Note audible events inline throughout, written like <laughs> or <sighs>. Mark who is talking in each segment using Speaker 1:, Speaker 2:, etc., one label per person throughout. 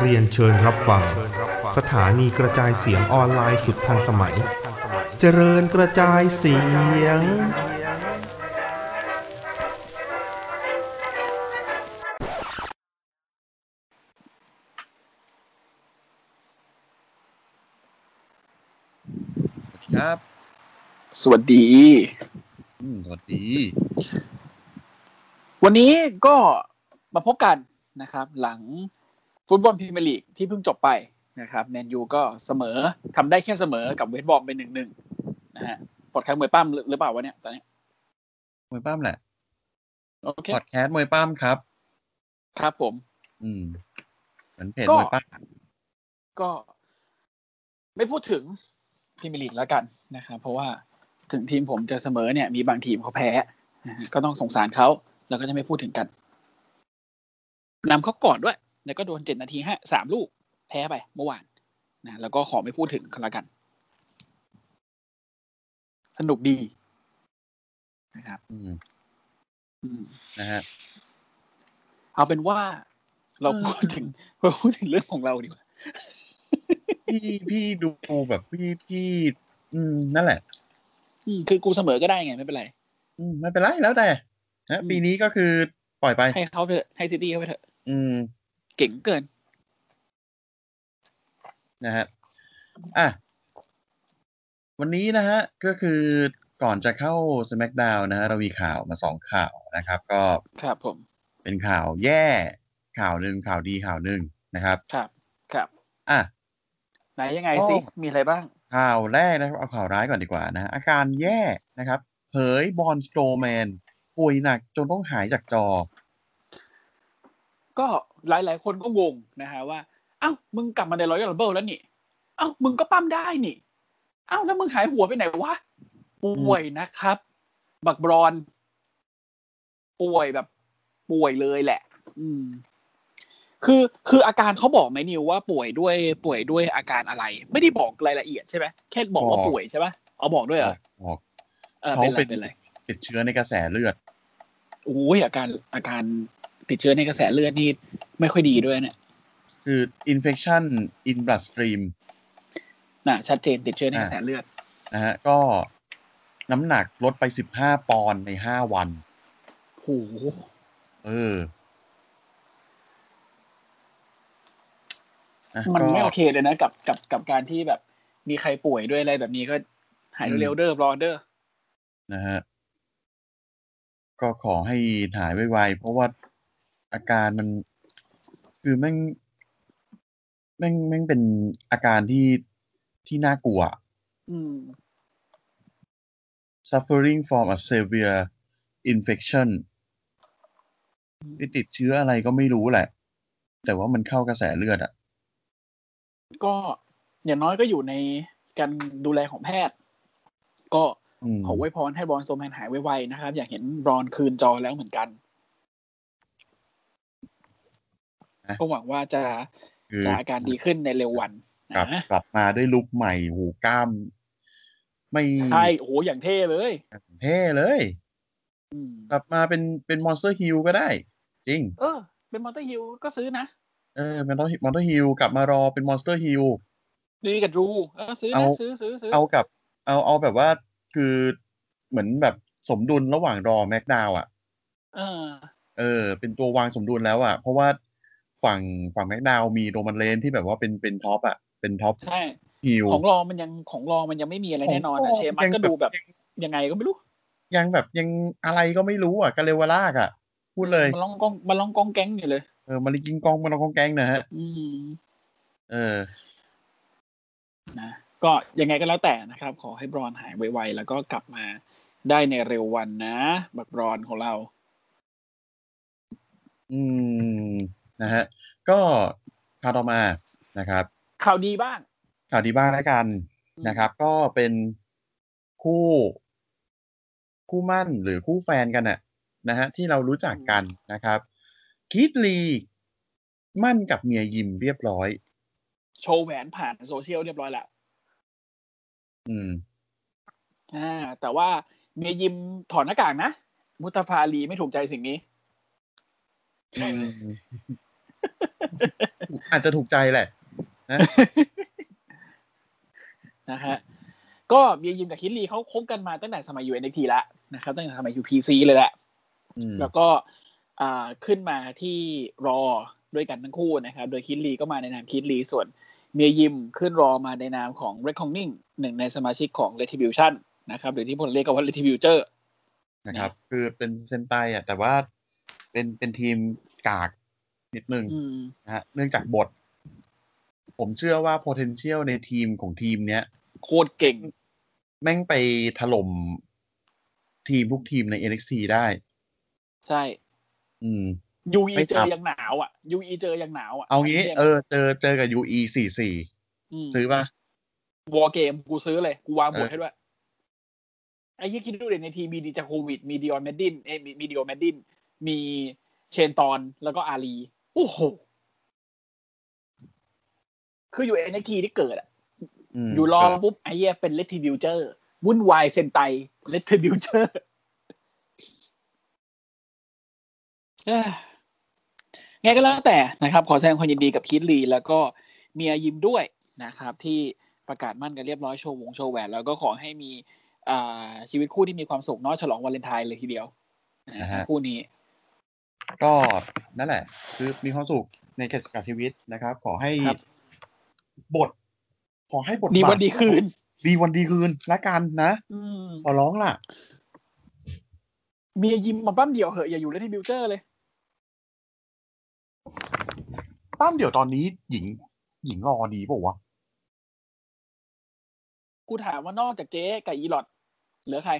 Speaker 1: เรียนเชิญรับฟัง สถานีกระจายเสียงออนไลน์สุดทันสมัย เจริญกระจายเสียง
Speaker 2: ครับ
Speaker 3: สวัสดี
Speaker 2: อืมสวัสดี
Speaker 3: วันนี้ก็มาพบกันนะครับ หลังฟุตบอลพรีเมียร์ลีกที่เพิ่งจบไปนะครับแมนยูก็เสมอทำได้แค่เสมอกับเวสต์บอมไปหนึ่งหนึ่งนะฮะปลดแข้งมวยปั้มหรือหรือเปล่าวะเนี่ยตอนนี้
Speaker 2: มวยปั้มแหละ
Speaker 3: โอเค
Speaker 2: พอดแคสต์มวยปั้มครับ
Speaker 3: ครับผม
Speaker 2: อืมเหมือนเพจ
Speaker 3: ก็
Speaker 2: มวยปั้ม
Speaker 3: ก็ไม่พูดถึงพรีเมียร์ลีกแล้วกันนะครับเพราะว่าถึงทีมผมจะเสมอเนี่ย มีบางทีมเขาแพ้นะฮะก็ต้องสงสารเขาแล้วก็จะไม่พูดถึงกันนำเขาก่อนด้วย แล้วก็โดนเจ็ดนาทีห้าสามลูกแพ้ไปเมื่อวานนะแล้วก็ขอไม่พูดถึงกันละกัน สนุกดีนะครับ
Speaker 2: อืม
Speaker 3: อืม
Speaker 2: นะฮะ
Speaker 3: เอาเป็นว่าเรา
Speaker 2: เออ
Speaker 3: พูดถึงเราพูดถึงเรื่องของเราดีกว่า
Speaker 2: พี่พี่ดูแบบพี่พี่ อืมนั่นแหละ
Speaker 3: อืมคือกูเสมอก็ได้ไงไม่เป็นไร
Speaker 2: อืมไม่เป็นไรแล้วแต่นะ
Speaker 3: อืม
Speaker 2: ปีนี้ก็คือปล่อยไป
Speaker 3: ให้เขาไปเถอะให้ซิตี้เขาไปเถอะ
Speaker 2: อืม
Speaker 3: เก่งเกิน
Speaker 2: นะฮะอ่ะวันนี้นะฮะ ก็คือก่อนจะเข้า SmackDown นะฮะเรามีข่าวมาสองข่าวนะครับ ก็
Speaker 3: ครับผม
Speaker 2: เป็นข่าวแย่ข่าวหนึ่งข่าวดีข่าวหนึ่งนะครับ
Speaker 3: ครับ ครับ
Speaker 2: อ่ะ
Speaker 3: ไหนยังไง
Speaker 2: ก็
Speaker 3: สิ มีอะไรบ้าง
Speaker 2: ข่าวแรกนะครับเอาข่าวร้ายก่อนดีกว่านะฮะอาการแย่นะครับ เผยบอลสโตรแมนป่วยหนักจนต้องหายจากจอ
Speaker 3: ก็หลายหลายๆคนก็งงนะฮะว่า เอ้า มึงกลับมาในรอยัลเบิลแล้วนี่ เอ้า มึงก็ปั้มได้นี่ เอ้า แล้วมึงหายหัวไปไหนวะ ป่วยนะครับ บักบรอน ป่วยแบบ ป่วยเลยแหละ อืม คือ คืออาการเขาบอกไหมนิวว่าป่วยด้วย ป่วยด้วยอาการอะไร ไม่ได้บอกรายละเอียดใช่ไหมแค่บอกว่า
Speaker 2: บอก
Speaker 3: ป่วยใช่ปะเอาบอกด้วยเหรอ
Speaker 2: ออก
Speaker 3: เออ
Speaker 2: เขา
Speaker 3: เป็นไร
Speaker 2: เป็น
Speaker 3: เป็นไร
Speaker 2: ติดเชื้อในกระแสเลือด
Speaker 3: โอ้ยอาการอาการติดเชื้อในกระแสเลือดนี่ไม่ค่อยดีด้วยเนี่ย
Speaker 2: คืออินเฟ t ชันอินบลัดสตรีม
Speaker 3: น่ะชัดเจนติดเชื้อในกระแสเลือด
Speaker 2: นะฮะ ก็น้ำหนักลดไป 15 ปอนด์ใน 5 วัน
Speaker 3: โอ้โห
Speaker 2: เออะ
Speaker 3: มันไม่
Speaker 2: ก็
Speaker 3: โอเคเลยนะกับกับกับการที่แบบมีใครป่วยด้วยอะไรแบบนี้ก็หายเร็วๆเด้อรอเด้อ
Speaker 2: นะฮะ ก็ขอให้หายไวๆ เพราะว่าอาการมัน คือแม่งแม่งแม่งเป็นอาการที่ที่น่ากลัว
Speaker 3: อืม
Speaker 2: suffering from a severe infection
Speaker 3: อืม
Speaker 2: ไม่ติดเชื้ออะไรก็ไม่รู้แหละ แต่ว่ามันเข้ากระแสเลือดอ่ะ
Speaker 3: ก็อย่างน้อยก็อยู่ในการดูแลของแพทย์ ก็
Speaker 2: อืม
Speaker 3: ขอไว้พรให้บรอนโซแมนหายไวๆนะครับ อยากเห็นบรอนคืนจอแล้วเหมือนกัน ก็หวังว่าจะ
Speaker 2: คือ
Speaker 3: จะอาการดีขึ้นในเร็ววัน
Speaker 2: กลับ
Speaker 3: นะ
Speaker 2: กลับมาด้วยลุกใหม่หูกล้าม ไม่
Speaker 3: ใช่โอ้โหอย่างเท่เลย
Speaker 2: เท่เลย
Speaker 3: อืม
Speaker 2: กลับมาเป็นเป็นมอนสเตอร์ฮิลก็ได้ จริง
Speaker 3: เออ เป็นมอเตอร์ฮิลก็ซื้อนะ
Speaker 2: เออเป็นมอนเตอร์ฮิลกลับมารอเป็นมอนสเตอร์ฮิล
Speaker 3: ดีกับดูเออซื้อ
Speaker 2: เอา
Speaker 3: นะซื้อซื้อซื้อ
Speaker 2: เอากับ เอาเอาแบบว่าคือเหมือนแบบสมดุลระหว่างรอแม็กดาวอ่ะ
Speaker 3: เออ
Speaker 2: เออ เป็นตัววางสมดุลแล้วอ่ะ เพราะว่าฝั่งฝั่งแม็กดาวมีโรมันเลนที่แบบว่าเป็นเป็นท็อปอ่ะ เป็นท็อป
Speaker 3: ใช่
Speaker 2: ฮิล
Speaker 3: ของรอมันยังของรอมันยังไม่มีอะไรแน่นอน
Speaker 2: ของร
Speaker 3: อะ
Speaker 2: อ
Speaker 3: เชมั
Speaker 2: ยั
Speaker 3: น
Speaker 2: ง
Speaker 3: ก็ดูแบบ
Speaker 2: แบบ
Speaker 3: ยังไงก็ไม่รู้
Speaker 2: ยังแบบยังอะไรก็ไม่รู้อ่ะกาเลวาลากอ่ะ พูดเลย
Speaker 3: มันร้องกองมันร้องกองแก๊งอยู่เลย
Speaker 2: เออมาลิกิงกองมาลองกองแกงนะฮะ
Speaker 3: อืม
Speaker 2: เออ
Speaker 3: นะก็ยังไงก็แล้วแต่นะครับ ขอให้บรอนหายไวๆแล้วก็กลับมาได้ในเร็ววันนะ บักบรอนของเรา
Speaker 2: อืม นะฮะ ก็ข่าวต่อมานะครับ
Speaker 3: ข่าวดีบ้าง
Speaker 2: ข่าวดีบ้างแล้วกันนะครับ ก็เป็นคู่ คู่หมั่นหรือคู่แฟนกันน่ะนะฮะที่เรารู้จักกันนะครับคิดลีหมั่นกับเมียยิมเรียบร้อย
Speaker 3: โชว์แหวนผ่านโซเชียลเรียบร้อยแล้ว
Speaker 2: อืม
Speaker 3: อ่าแต่ว่าเมียยิมถอดหน้ากากนะ มุตฟาลีไม่ถูกใจสิ่งนี้
Speaker 2: อืมอาจจะถูกใจแหละ
Speaker 3: นะฮะ ก็เบียร์ยิมกับคิดลีเขาคบกันมาตั้งแต่สมัยอยู่ NXT แล้วนะครับ ตั้งแต่สมัยอยู่ PC เลยแหละ
Speaker 2: อืม
Speaker 3: แล้วก็อ่าขึ้นมาที่รอด้วยกันทั้งคู่นะครับ โดยคิดลีก็มาในนามคิดลีส่วนเมียยิมขึ้นรอมาในนามของ Reckoning หนึ่งในสมาชิกของ Retribution นะครับ หรือที่พวกเราเรียกกันว่า Retributor
Speaker 2: นะครับ คือเป็นเซนไตอ่ะ แต่ว่าเป็นเป็นทีมกากนิดนึง
Speaker 3: อืม
Speaker 2: นะฮะเนื่องจากบท ผมเชื่อว่า potential ในทีมของทีมเนี้ย
Speaker 3: โคตรเก่ง
Speaker 2: แม่งไปถล่มทีมทุกทีมใน NXT ได้
Speaker 3: ใช่
Speaker 2: อืม
Speaker 3: ยูอี
Speaker 2: ไม่
Speaker 3: เจ
Speaker 2: ครั
Speaker 3: อบ ยังหนาวอ่ะยูอีเจอยังหนาวอ่ะ
Speaker 2: เอางี้ เออ เจอเจอกับ UE 44ซื้อป่ะ
Speaker 3: วอเกม War Game กูซื้อเลย กูวางบท
Speaker 2: เออ
Speaker 3: ให้ด้วย ไอ้ยี่คิดดูเด็ในทีมมีดีจาโควิด มีดิออนแมดดินเอยมีมีดิออนแมดดิน มีเชนตอนแล้วก็อาลี โอ้โห คืออยู่เอ็นทีที่เกิดอ่ะ
Speaker 2: ม
Speaker 3: อยู่รอปุ๊บไอ้เหี้ยเป็นเล t ทิบิวเจอร์วุ่นวายเซนไตเล t ทิบิวเจอร์ไงก็แล้วแต่นะครับ ขอแสดงความยินดีกับคิดลี แล้วก็เมียยิมด้วยนะครับ ที่ประกาศมั่นกันเรียบร้อยโชว์วงโชว์แหวน แล้วก็ขอให้มีอ่าชีวิตคู่ที่มีความสุขเน้อยฉลองวาเลนไทน์เลยทีเดียวนะฮะคู่นี้
Speaker 2: ก็นั่นแหละ คือมีความสุขในกิจการชีวิตนะครับ ขอให้
Speaker 3: ครับ
Speaker 2: บท ขอให้บท
Speaker 3: ดีวั
Speaker 2: บา
Speaker 3: น
Speaker 2: ท
Speaker 3: ดีคืน
Speaker 2: ดีวันดีคืนละกันนะ
Speaker 3: อืม
Speaker 2: ขอร้องล่ะ
Speaker 3: เมียยิมมาปั้มเดียวเหอะอย่าอยู่เล t ทิบิวเจอร์เลย
Speaker 2: ตั้มเดี๋ยวตอนนี้หญิง หญิงรอดีเปล่าวะ
Speaker 3: กูถามว่านอกจากเจ๊กับอีหลอดเหลือใคร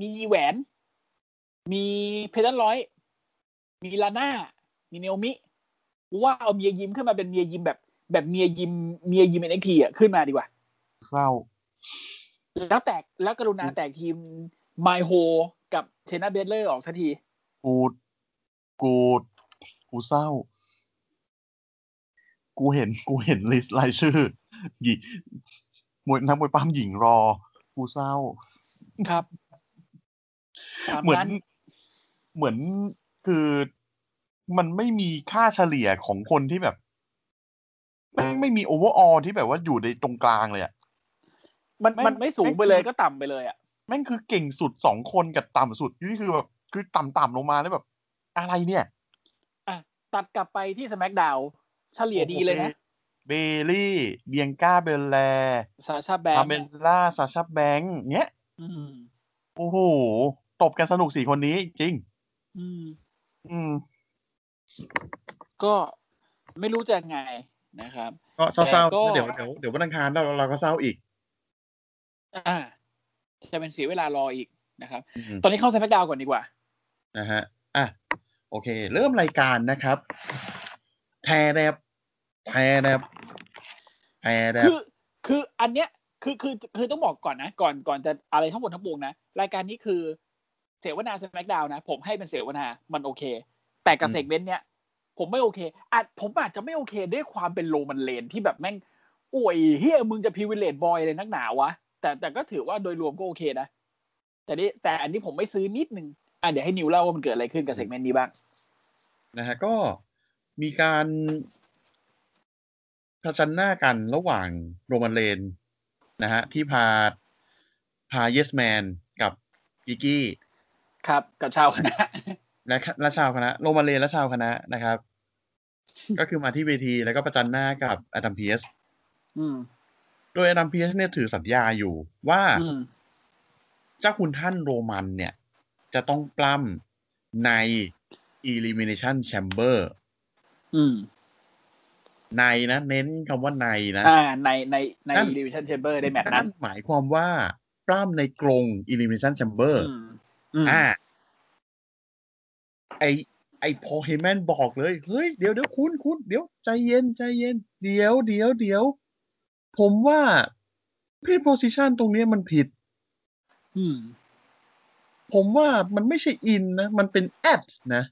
Speaker 3: มีอีแหวน มีเพดานร้อย มีลาน่า มีเนโอมิกูว่าเอาเมียยิมขึ้นมาเป็นเมียยิมแบบ แบบเมียยิมเมียยิมเอ็กทีอ่ะขึ้นมาดีกว่า
Speaker 2: เข้า
Speaker 3: แล้วแตกแล้วกรุณาแตกทีมไมโฮกับเชนาเบดเลอร์ออกสักที
Speaker 2: กูกูกูเศร้า กูเห็น กูเห็นลิสต์รายชื่อ หญิงมวยนักมวยปั้มหญิงรอ กูเศร้า
Speaker 3: ครับตาม
Speaker 2: เหมือน
Speaker 3: นั้น
Speaker 2: เหมือนคือมันไม่มีค่าเฉลี่ยของคนที่แบบไม่งไม่มีโอเวอร์ออที่แบบว่าอยู่ในตรงกลางเลยอะ
Speaker 3: มัน
Speaker 2: ไม่
Speaker 3: มันไม่สูง
Speaker 2: ไม่
Speaker 3: ไปเลยก็ต่ำไปเลยอ่ะ
Speaker 2: แม่งคือเก่งสุดสองคนกับต่ำสุดนี่คือแบบคือต่ำๆลงมาแล้วแบบ อะไรเนี่ย
Speaker 3: อ่ะ ตัดกลับไปที่ส c k d ดาวเฉลี่ยดีเลยนะ
Speaker 2: เบลลี่เบียงก้าเบลแล
Speaker 3: ซาชาแบง
Speaker 2: คา
Speaker 3: ค์
Speaker 2: เมล่าซาชาแบงค์เนี้ย
Speaker 3: อืม
Speaker 2: โอ้โหตบกันสนุกสี่คนนี้จริง
Speaker 3: อืม
Speaker 2: อืม
Speaker 3: ก็ไม่รู้จะไงนะครับ
Speaker 2: ก็เศร้า
Speaker 3: แต่ก็
Speaker 2: ๆเดี๋ยวเดี๋ยวเดี๋ยววันอังคารเราเราก็เศร้าอีก
Speaker 3: อ่า จะเป็นเสียเวลารออีกนะครับ
Speaker 2: อืม
Speaker 3: ตอนนี้เข้าส c k d ดาวก่อนดีกว่า
Speaker 2: นะฮะ อ่ะ โอเค เริ่มรายการนะครับ แทแรบแทแรบแทแรบ
Speaker 3: คือคืออันเนี้ยคือคือคือต้องบอกก่อนนะ ก่อนก่อนจะอะไรทั้งหมดทั้งปวงนะ รายการนี้คือเสวนาส c k d ดาวนะ ผมให้เป็นเสวนา มันโอเค แต่กับเซกเมนต์เนี้ยผมไม่โอเคอาจผมอาจจะไม่โอเคด้วยความเป็นโรมันเลนที่แบบแม่งโอ้ยเฮียมึงจะพิเวเลตบอยเลยนักหนาวะ แต่แต่ก็ถือว่าโดยรวมก็โอเคนะ แต่นี่แต่อันนี้ผมไม่ซื้อนิดนึงอ่ะเดี๋ยวให้นิวเล่าว่ามันเกิดอะไรขึ้นกับเซกเมนต์นี้บ้าง
Speaker 2: นะฮะ ก็มีการผชันหน้ากันระหว่างโรมันเลนนะฮะ ที่พา พาเยสแมนกับกิกกี้
Speaker 3: ครับ กับชาวคณะ
Speaker 2: และและชาวคณะโรมันเลนและชาวคณะ
Speaker 3: <laughs>
Speaker 2: นะครับ ก็คือมาที่เวทีแล้วก็ประจันหน้ากับอดัมเพียส
Speaker 3: อืม
Speaker 2: โดยอดัมเพียสเนี่ยถือสัญญาอยู่ว่า
Speaker 3: อืม
Speaker 2: เจ้าคุณท่านโรมันเนี่ย จะต้องปล้ำใน Elimination Chamber
Speaker 3: อืม
Speaker 2: ในนะ เน้นคำว่าในนะ
Speaker 3: อ่า ในในใน
Speaker 2: นั่น
Speaker 3: ดิวิชันเชมเบอร์ในแมตช์นั้
Speaker 2: นั่
Speaker 3: น
Speaker 2: นหมายความว่า ปล้ำในกรง Elimination Chamber
Speaker 3: อ่า
Speaker 2: อ่าไอไอพอเฮแมนบอกเลย เฮ้ย เดี๋ยวเดี๋ยวคุณคุณเดี๋ยวใจเย็นใจเย็น เดี๋ยวเดี๋ยวเดี๋ยว ผมว่าพี่ position ตรงเนี้ยมันผิด
Speaker 3: อืม
Speaker 2: ผมว่ามันไม่ใช่ in นะ มันเป็น at นะ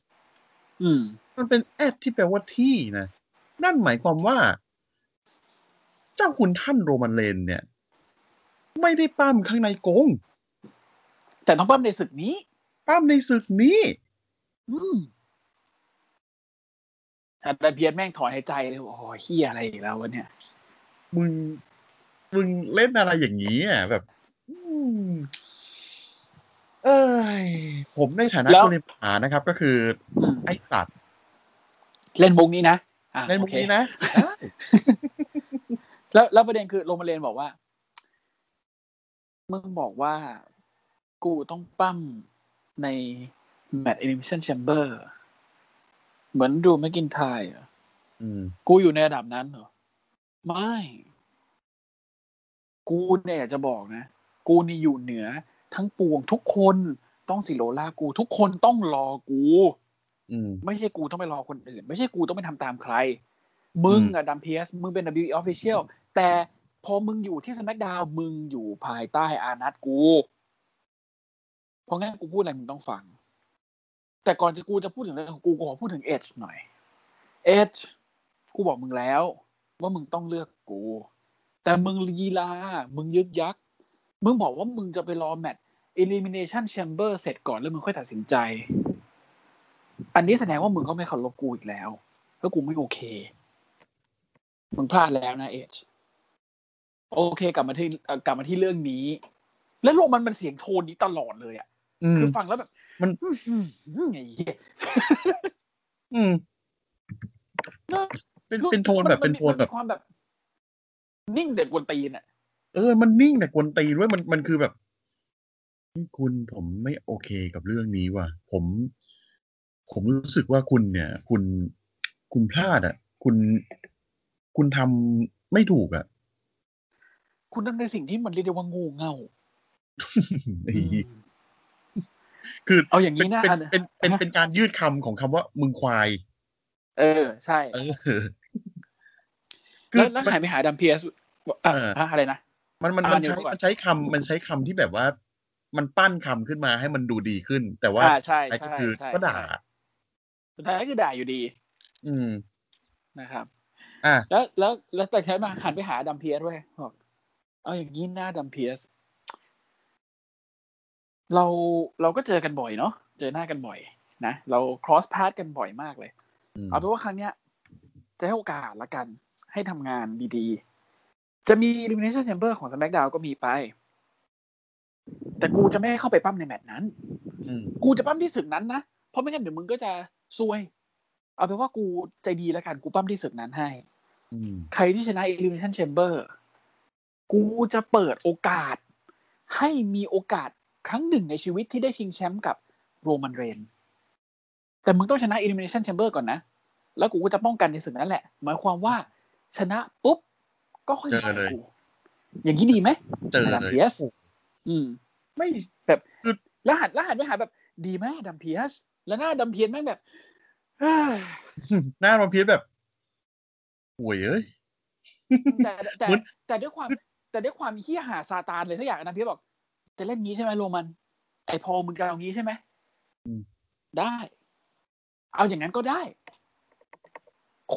Speaker 3: อืม
Speaker 2: มันเป็นแอดที่แปลว่าที่นะ นั่นหมายความว่า เจ้าคุณท่านโรมันเลนเนี่ย ไม่ได้ปั้มข้างในกรง
Speaker 3: แต่ต้องปั้มในศึกนี้
Speaker 2: ปั้มในศึกนี้
Speaker 3: อืมแต่ดาเพียนแม่งถอนหายใจเลยโอ้โหเฮียอะไรอีกแล้ววะเนี่ย
Speaker 2: มึง มึงเล่นอะไรอย่างนี้อ่ะแบบอืมเอ้ย ผมในฐานะ
Speaker 3: แล้ว
Speaker 2: คนในป่านะครับ ก็คือ
Speaker 3: อืม
Speaker 2: ไอสัตว์
Speaker 3: เล่นมุกนี้นะอ่ะ
Speaker 2: ในมุก
Speaker 3: โอเค
Speaker 2: นี้นะ
Speaker 3: แล้วแล้วประเด็นคือโรมาเลนบอกว่า มึงบอกว่ากูต้องปั้มในแมตช์ Elimination Chamber เหมือนดูไม่กินไทยอ่ะ
Speaker 2: อืม
Speaker 3: กูอยู่ในระดับนั้นเหรอ ไม่ กูเนี่ยอยากจะบอกนะ กูนี่อยู่เหนือ ทั้งปวงทุกคนต้องสิโลลากู ทุกคนต้องรอกู
Speaker 2: อืม
Speaker 3: ไม่ใช่กูต้องไปรอคนอื่น ไม่ใช่กูต้องไปทำตามใคร มึงอะดัมเพียสมึงเป็น WWE Official แต่พอมึงอยู่ที่ SmackDown มึงอยู่ภายใต้อานัตกู เพราะงั้นกูพูดอะไรมึงต้องฟัง แต่ก่อนจะกูจะพูดถึงเรื่องของกูกูขอพูดถึงเอชหน่อยเอชกูบอกมึงแล้ว ว่ามึงต้องเลือกกู แต่มึงลีลา มึงยึกยักมึงบอกว่ามึงจะไปรอแมตช์ Elimination Chamber เสร็จก่อนแล้วมึงค่อยตัดสินใจ อันนี้แสดงว่ามึงก็ไม่เคารพกูอีกแล้ว แล้วกูไม่โอเค มึงพลาดแล้วนะเอชโอเคกลับมาที่เอ่อกลับมาที่เรื่องนี้ แล้วโรมันมันเสียงโทนนี้ตลอดเลยอ่ะ
Speaker 2: อืม
Speaker 3: คือฟังแล้วแบบ
Speaker 2: มัน
Speaker 3: อื้อหือไงเหี้ย
Speaker 2: อืม เป็นเป็นโทนแบบเป็นโทนแบบ
Speaker 3: มัมีความแบบ นิ่งเด็กกวนตีนอ่ะ
Speaker 2: เออ มันนิ่งแต่กวนตีนด้วยมันมันคือแบบ คุณผมไม่โอเคกับเรื่องนี้ว่ะ ผม ผมรู้สึกว่าคุณเนี่ย คุณคุณพลาดอ่ะ คุณคุณทำไม่ถูกอ่ะ <laughs>
Speaker 3: คุณทำในสิ่งที่มันเรียกได้ว่าโงูเง่า
Speaker 2: คือ
Speaker 3: เอาอย่าง
Speaker 2: เป็
Speaker 3: นี้
Speaker 2: น
Speaker 3: นะ
Speaker 2: เป็นเป็น
Speaker 3: อัน
Speaker 2: เป็นเป็นการยืดคำของคำว่ามึงควาย
Speaker 3: เออ ใช่
Speaker 2: เออ
Speaker 3: แล้วแล้วหายไปหาดัมเพียสอ่ะ
Speaker 2: เอออ่
Speaker 3: ะอะไรนะ
Speaker 2: มันมัน
Speaker 3: อ่า
Speaker 2: มัน
Speaker 3: เดี๋ยว
Speaker 2: ใช้
Speaker 3: ก่อน
Speaker 2: มันใช้คำมันใช้คำที่แบบว่า มันปั้นคำขึ้นมาให้มันดูดีขึ้น แต่ว่า
Speaker 3: อ่าใช่
Speaker 2: ไอ้ก็
Speaker 3: ใช่
Speaker 2: คือ
Speaker 3: ใช่
Speaker 2: ก็ด่า
Speaker 3: ใช่สุดท้ายก็คือด่าอยู่ดี
Speaker 2: อืม
Speaker 3: นะครับ
Speaker 2: อ่ะ
Speaker 3: แล้วแล้วแล้วแต่ใช้มาหันไปหาดัมเพียสเว้ยบอกเอาอย่างนี้หน้าดัมเพียสเราเราก็เจอกันบ่อยเนาะเจอหน้ากันบ่อย นะเรา cross path กันบ่อยมากเลย
Speaker 2: อืม
Speaker 3: เอาเป็นว่าครั้งเนี้ย จะให้โอกาสละกัน ให้ทำงานดีๆ จะมี elimination chamber ของ smackdown ก็มีไป แต่กูจะไม่ให้เข้าไปปั้มในแมตช์นั้น
Speaker 2: อืม
Speaker 3: กูจะปั้มที่ศึกนั้นนะ เพราะไม่งั้นเดี๋ยวมึงก็จะซวย เอาเป็นว่ากูใจดีละกัน กูปั้มที่ศึกนั้นให้
Speaker 2: อืม
Speaker 3: ใครที่ชนะ Elimination Chamber กูจะเปิดโอกาส ให้มีโอกาสครั้งหนึ่งในชีวิตที่ได้ชิงแชมป์กับโรมันเรน แต่มึงต้องชนะ Elimination Chamber ก่อนนะ แล้วกูก็จะป้องกันในสิ่งนั้นแหละ หมายความว่าชนะปุ๊บ ก็ค่อย
Speaker 2: เจอเลย
Speaker 3: กู อย่างนี้ดีไหม
Speaker 2: เจอ
Speaker 3: ดัม
Speaker 2: เลย
Speaker 3: เพียสอืม
Speaker 2: ไม่
Speaker 3: แบบ
Speaker 2: คือ
Speaker 3: แล้วหันแล้วหันไปหาแบบ ดีไหมดัมเพียส แล้วหน้าดัมเพียสแม่งแบบ <sighs> เฮ้ย
Speaker 2: หน้ามันเพี้ยนแบบห่วยเอ้ย
Speaker 3: แต่แต่
Speaker 2: เหมือน
Speaker 3: แต่ด้วยความ แต่ด้วยความเฮี้ยหาซาตานเลยทุกอย่างดัมเพียสบอก จะเล่นงี้ใช่ไหมโรมัน ไอพอลมึงจะเอางี้ใช่ไหม
Speaker 2: อืม
Speaker 3: ได้ เอาอย่างนั้นก็ได้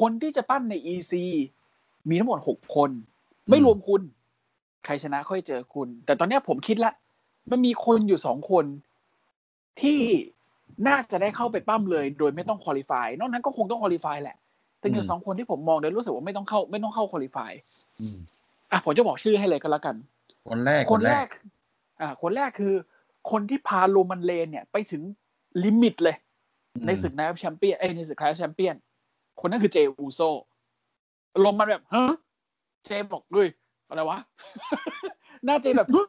Speaker 3: คนที่จะปั้มใน EC มีทั้งหมดหกคน ไม่รวมคุณ ใครชนะค่อยเจอคุณ แต่ตอนเนี้ยผมคิดละ มันมีคนอยู่สองคนที่น่าจะได้เข้าไปปั้มเลย โดยไม่ต้องคุริฟายนอกนั้นก็คงต้องคุริฟายแหละ แต่มีอยู่
Speaker 2: อืม
Speaker 3: สองคนที่ผมมองเลยรู้สึกว่าไม่ต้องเข้า ไม่ต้องเข้าคุริฟาย
Speaker 2: อืม
Speaker 3: อ่ะผมจะบอกชื่อให้เลยก็แล้วกัน
Speaker 2: คนแรก
Speaker 3: คนแรก อ่า คนแรกคือ คนที่พาโรมันเลนเนี่ย ไปถึงลิมิตเลย
Speaker 2: อืม
Speaker 3: ในศึกนายแชมเปี้ยนเอ้ยในศึกคลาสแชมเปี้ยน คนนั้นคือเจอูโซลมมันแบบฮะเจบอกเฮ้ยอะไรวะ <laughs> หน้าเจแบบฮึ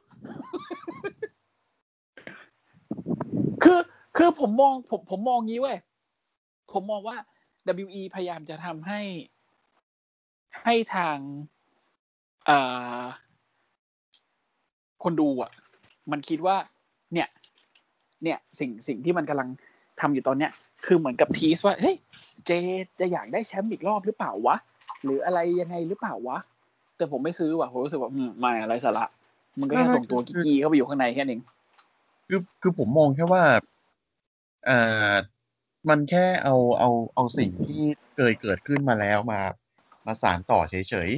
Speaker 3: คือคือผมมองผมผมมองงี้เว้ย ผมมองว่า WE พยายามจะทำให้ ให้ทางเอ่อคนดูอ่ะ มันคิดว่า เนี่ย เนี่ยสิ่งสิ่งที่มันกำลัง ทำอยู่ตอนเนี้ยคือเหมือนกับทีสว่าเฮ้ยเจจะอยากได้แชมป์อีกรอบหรือเปล่าวะ หรืออะไรยังไงหรือเปล่าวะ แต่ผมไม่ซื้อว่ะผมรู้สึกว่าอืมไม่อะไรสาระมันก็แค่ส่งตัวกิกกี้เข้าไปอยู่ข้างในแค่นั้นเอง
Speaker 2: คือคือผมมองแค่ว่าอ่ามันแค่เอาเอาเอาสิ่งที่เคยเกิดขึ้นมาแล้วมา มาสานต่อเฉย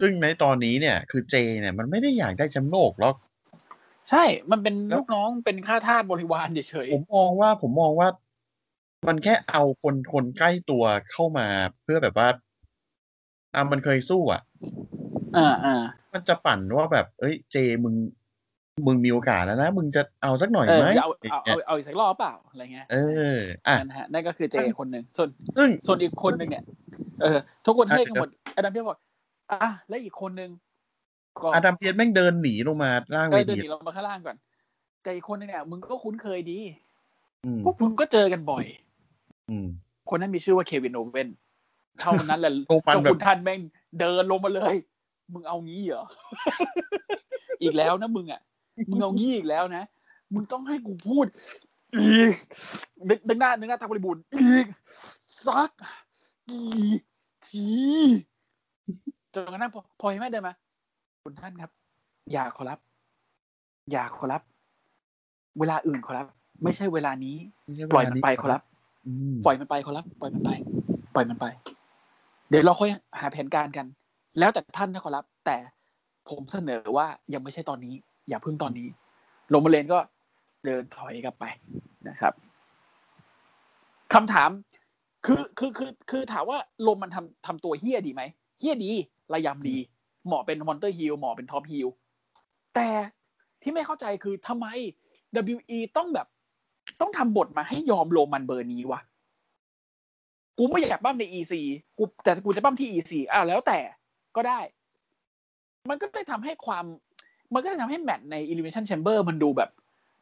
Speaker 2: ซึ่งในตอนนี้เนี่ย คือเจเนี่ยมันไม่ได้อยากได้แชมป์โลกหรอก
Speaker 3: ใช่ มันเป็นลูกน้องเป็นข้าทาสบริวารเฉย
Speaker 2: ผมมองว่าผมมองว่ามันแค่เอาคนคนใกล้ตัวเข้ามาเพื่อแบบว่าอ่ะมันเคยสู้อ่ะ
Speaker 3: ๆอ่าอ่า
Speaker 2: มันจะปั่นว่าแบบ เอ้ย เจมึง มึงมีโอกาสแล้วนะ มึงจะเอาสักหน่อย
Speaker 3: เออ
Speaker 2: ไหม
Speaker 3: เอาเอาเอาเอาอีกสักรอบเปล่าอะไรเงี้ย
Speaker 2: เออ อ่ะ
Speaker 3: นั่นฮะนั่นก็คือเจคนหนึ่งส่วน
Speaker 2: ซึ่ง
Speaker 3: ส่วนอีกคนหนึ่งเนี่ย เออ ทุกคน
Speaker 2: อ่ะ
Speaker 3: ให้กันหมดอดัมเพียบอกอ่ะและอีกคนหนึ่งก็
Speaker 2: อาดัมเพียนแม่งเดินหนีลงมาล่าง
Speaker 3: เอ
Speaker 2: เว
Speaker 3: อเดิน
Speaker 2: ที
Speaker 3: หนีลงมาข้างล่างก่อน แต่อีกคนหนึงเนี่ยมึงก็คุ้นเคยดี
Speaker 2: อืม
Speaker 3: พวกคุณก็เจอกันบ่อย
Speaker 2: อืม
Speaker 3: คนนั้นมีชื่อว่าเควินโอเวนเท่านั้นแห
Speaker 2: <laughs>
Speaker 3: ละ
Speaker 2: โอ้ฟัน
Speaker 3: เจ้า
Speaker 2: แบบ
Speaker 3: คุณท่านแม่งเดินลงมาเลย มึงเอางี้เหรอ <laughs> อีกแล้วนะมึงอ่ะ มึงเอางี้อีกแล้วนะ มึงต้องให้กูพูด <laughs> อีกนึกนึกหน้านึกหน้าทางบริบูรณ์ <laughs> อีกสักกี่ทีจนกระทั่งพอพอเห็นแม่เดินมา คุณท่านครับ อย่าขอรับ อย่าขอรับ เวลาอื่นขอรับ ไม่ใช่เวลานี้ ปล่อยมันไปขอรับ
Speaker 2: อืม
Speaker 3: ปล่อยมันไปขอรับ ปล่อยมันไป ปล่อยมันไป เดี๋ยวเราค่อยหาแผนการกัน แล้วแต่ท่านนะขอรับ แต่ผมเสนอว่ายังไม่ใช่ตอนนี้ อย่าเพึ่งตอนนี้โรมาเลนก็เดินถอยกลับไปนะครับคำถาม คือคือคือคือถามว่าลมมันทำทำตัวเฮี้ยดีไหมเฮี้ยดีระยำดี เหมาะเป็นมอนเตอร์ฮิลเหมาะเป็นท็อปฮิลแต่ที่ไม่เข้าใจคือทำไม WE ต้องแบบ ต้องทำบทมาให้ยอมโรมันเบอร์นี้วะ กูไม่อยากปั้มใน EC กูแต่กูจะปั้มที่ EC อ่าแล้วแต่ก็ได้ มันก็เลยทำให้ความ มันก็เลยทำให้แมตช์ใน Elimination Chamber มันดูแบบ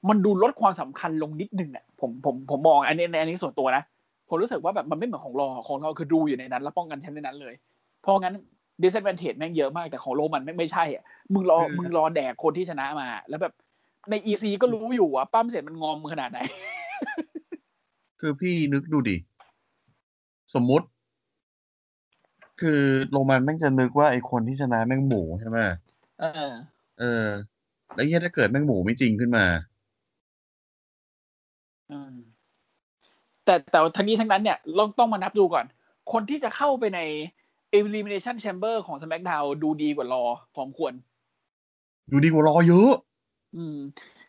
Speaker 3: มันดูลดความสำคัญลงนิดนึงอ่ะผมผมผมมองอันนี้ในอันนี้ส่วนตัวนะ ผมรู้สึกว่าแบบมันไม่เหมือนของรอของเราคือดูอยู่ในนั้น แล้วป้องกันแชมป์ในนั้นเลย เพราะงั้น disadvantage แม่งเยอะมากแต่ของโรมันไม่ไม่ใช่อ่ะมึงรอมึงรอแดกคนที่ชนะมา แล้วแบบใน EC ก็รู้อยู่ว่าปั้มเสร็จมันงอมขนาดไหน
Speaker 2: คือพี่นึกดูดิ สมมุติ คือโรมันแม่งจะนึกว่าไอคนที่ชนะแม่งหมูใช่ไหม
Speaker 3: เออ
Speaker 2: เออ แล้วเหี้ยถ้าเกิดแม่งหมูไม่จริงขึ้นมา
Speaker 3: อืมแต่แต่ทั้งนี้ทั้งนั้นเนี่ยเราต้องมานับดูก่อน คนที่จะเข้าไปใน Elimination Chamber ของ SmackDown ดูดีกว่ารอพอสมควร
Speaker 2: อยู่ดีกว่ารอเยอะ
Speaker 3: อืม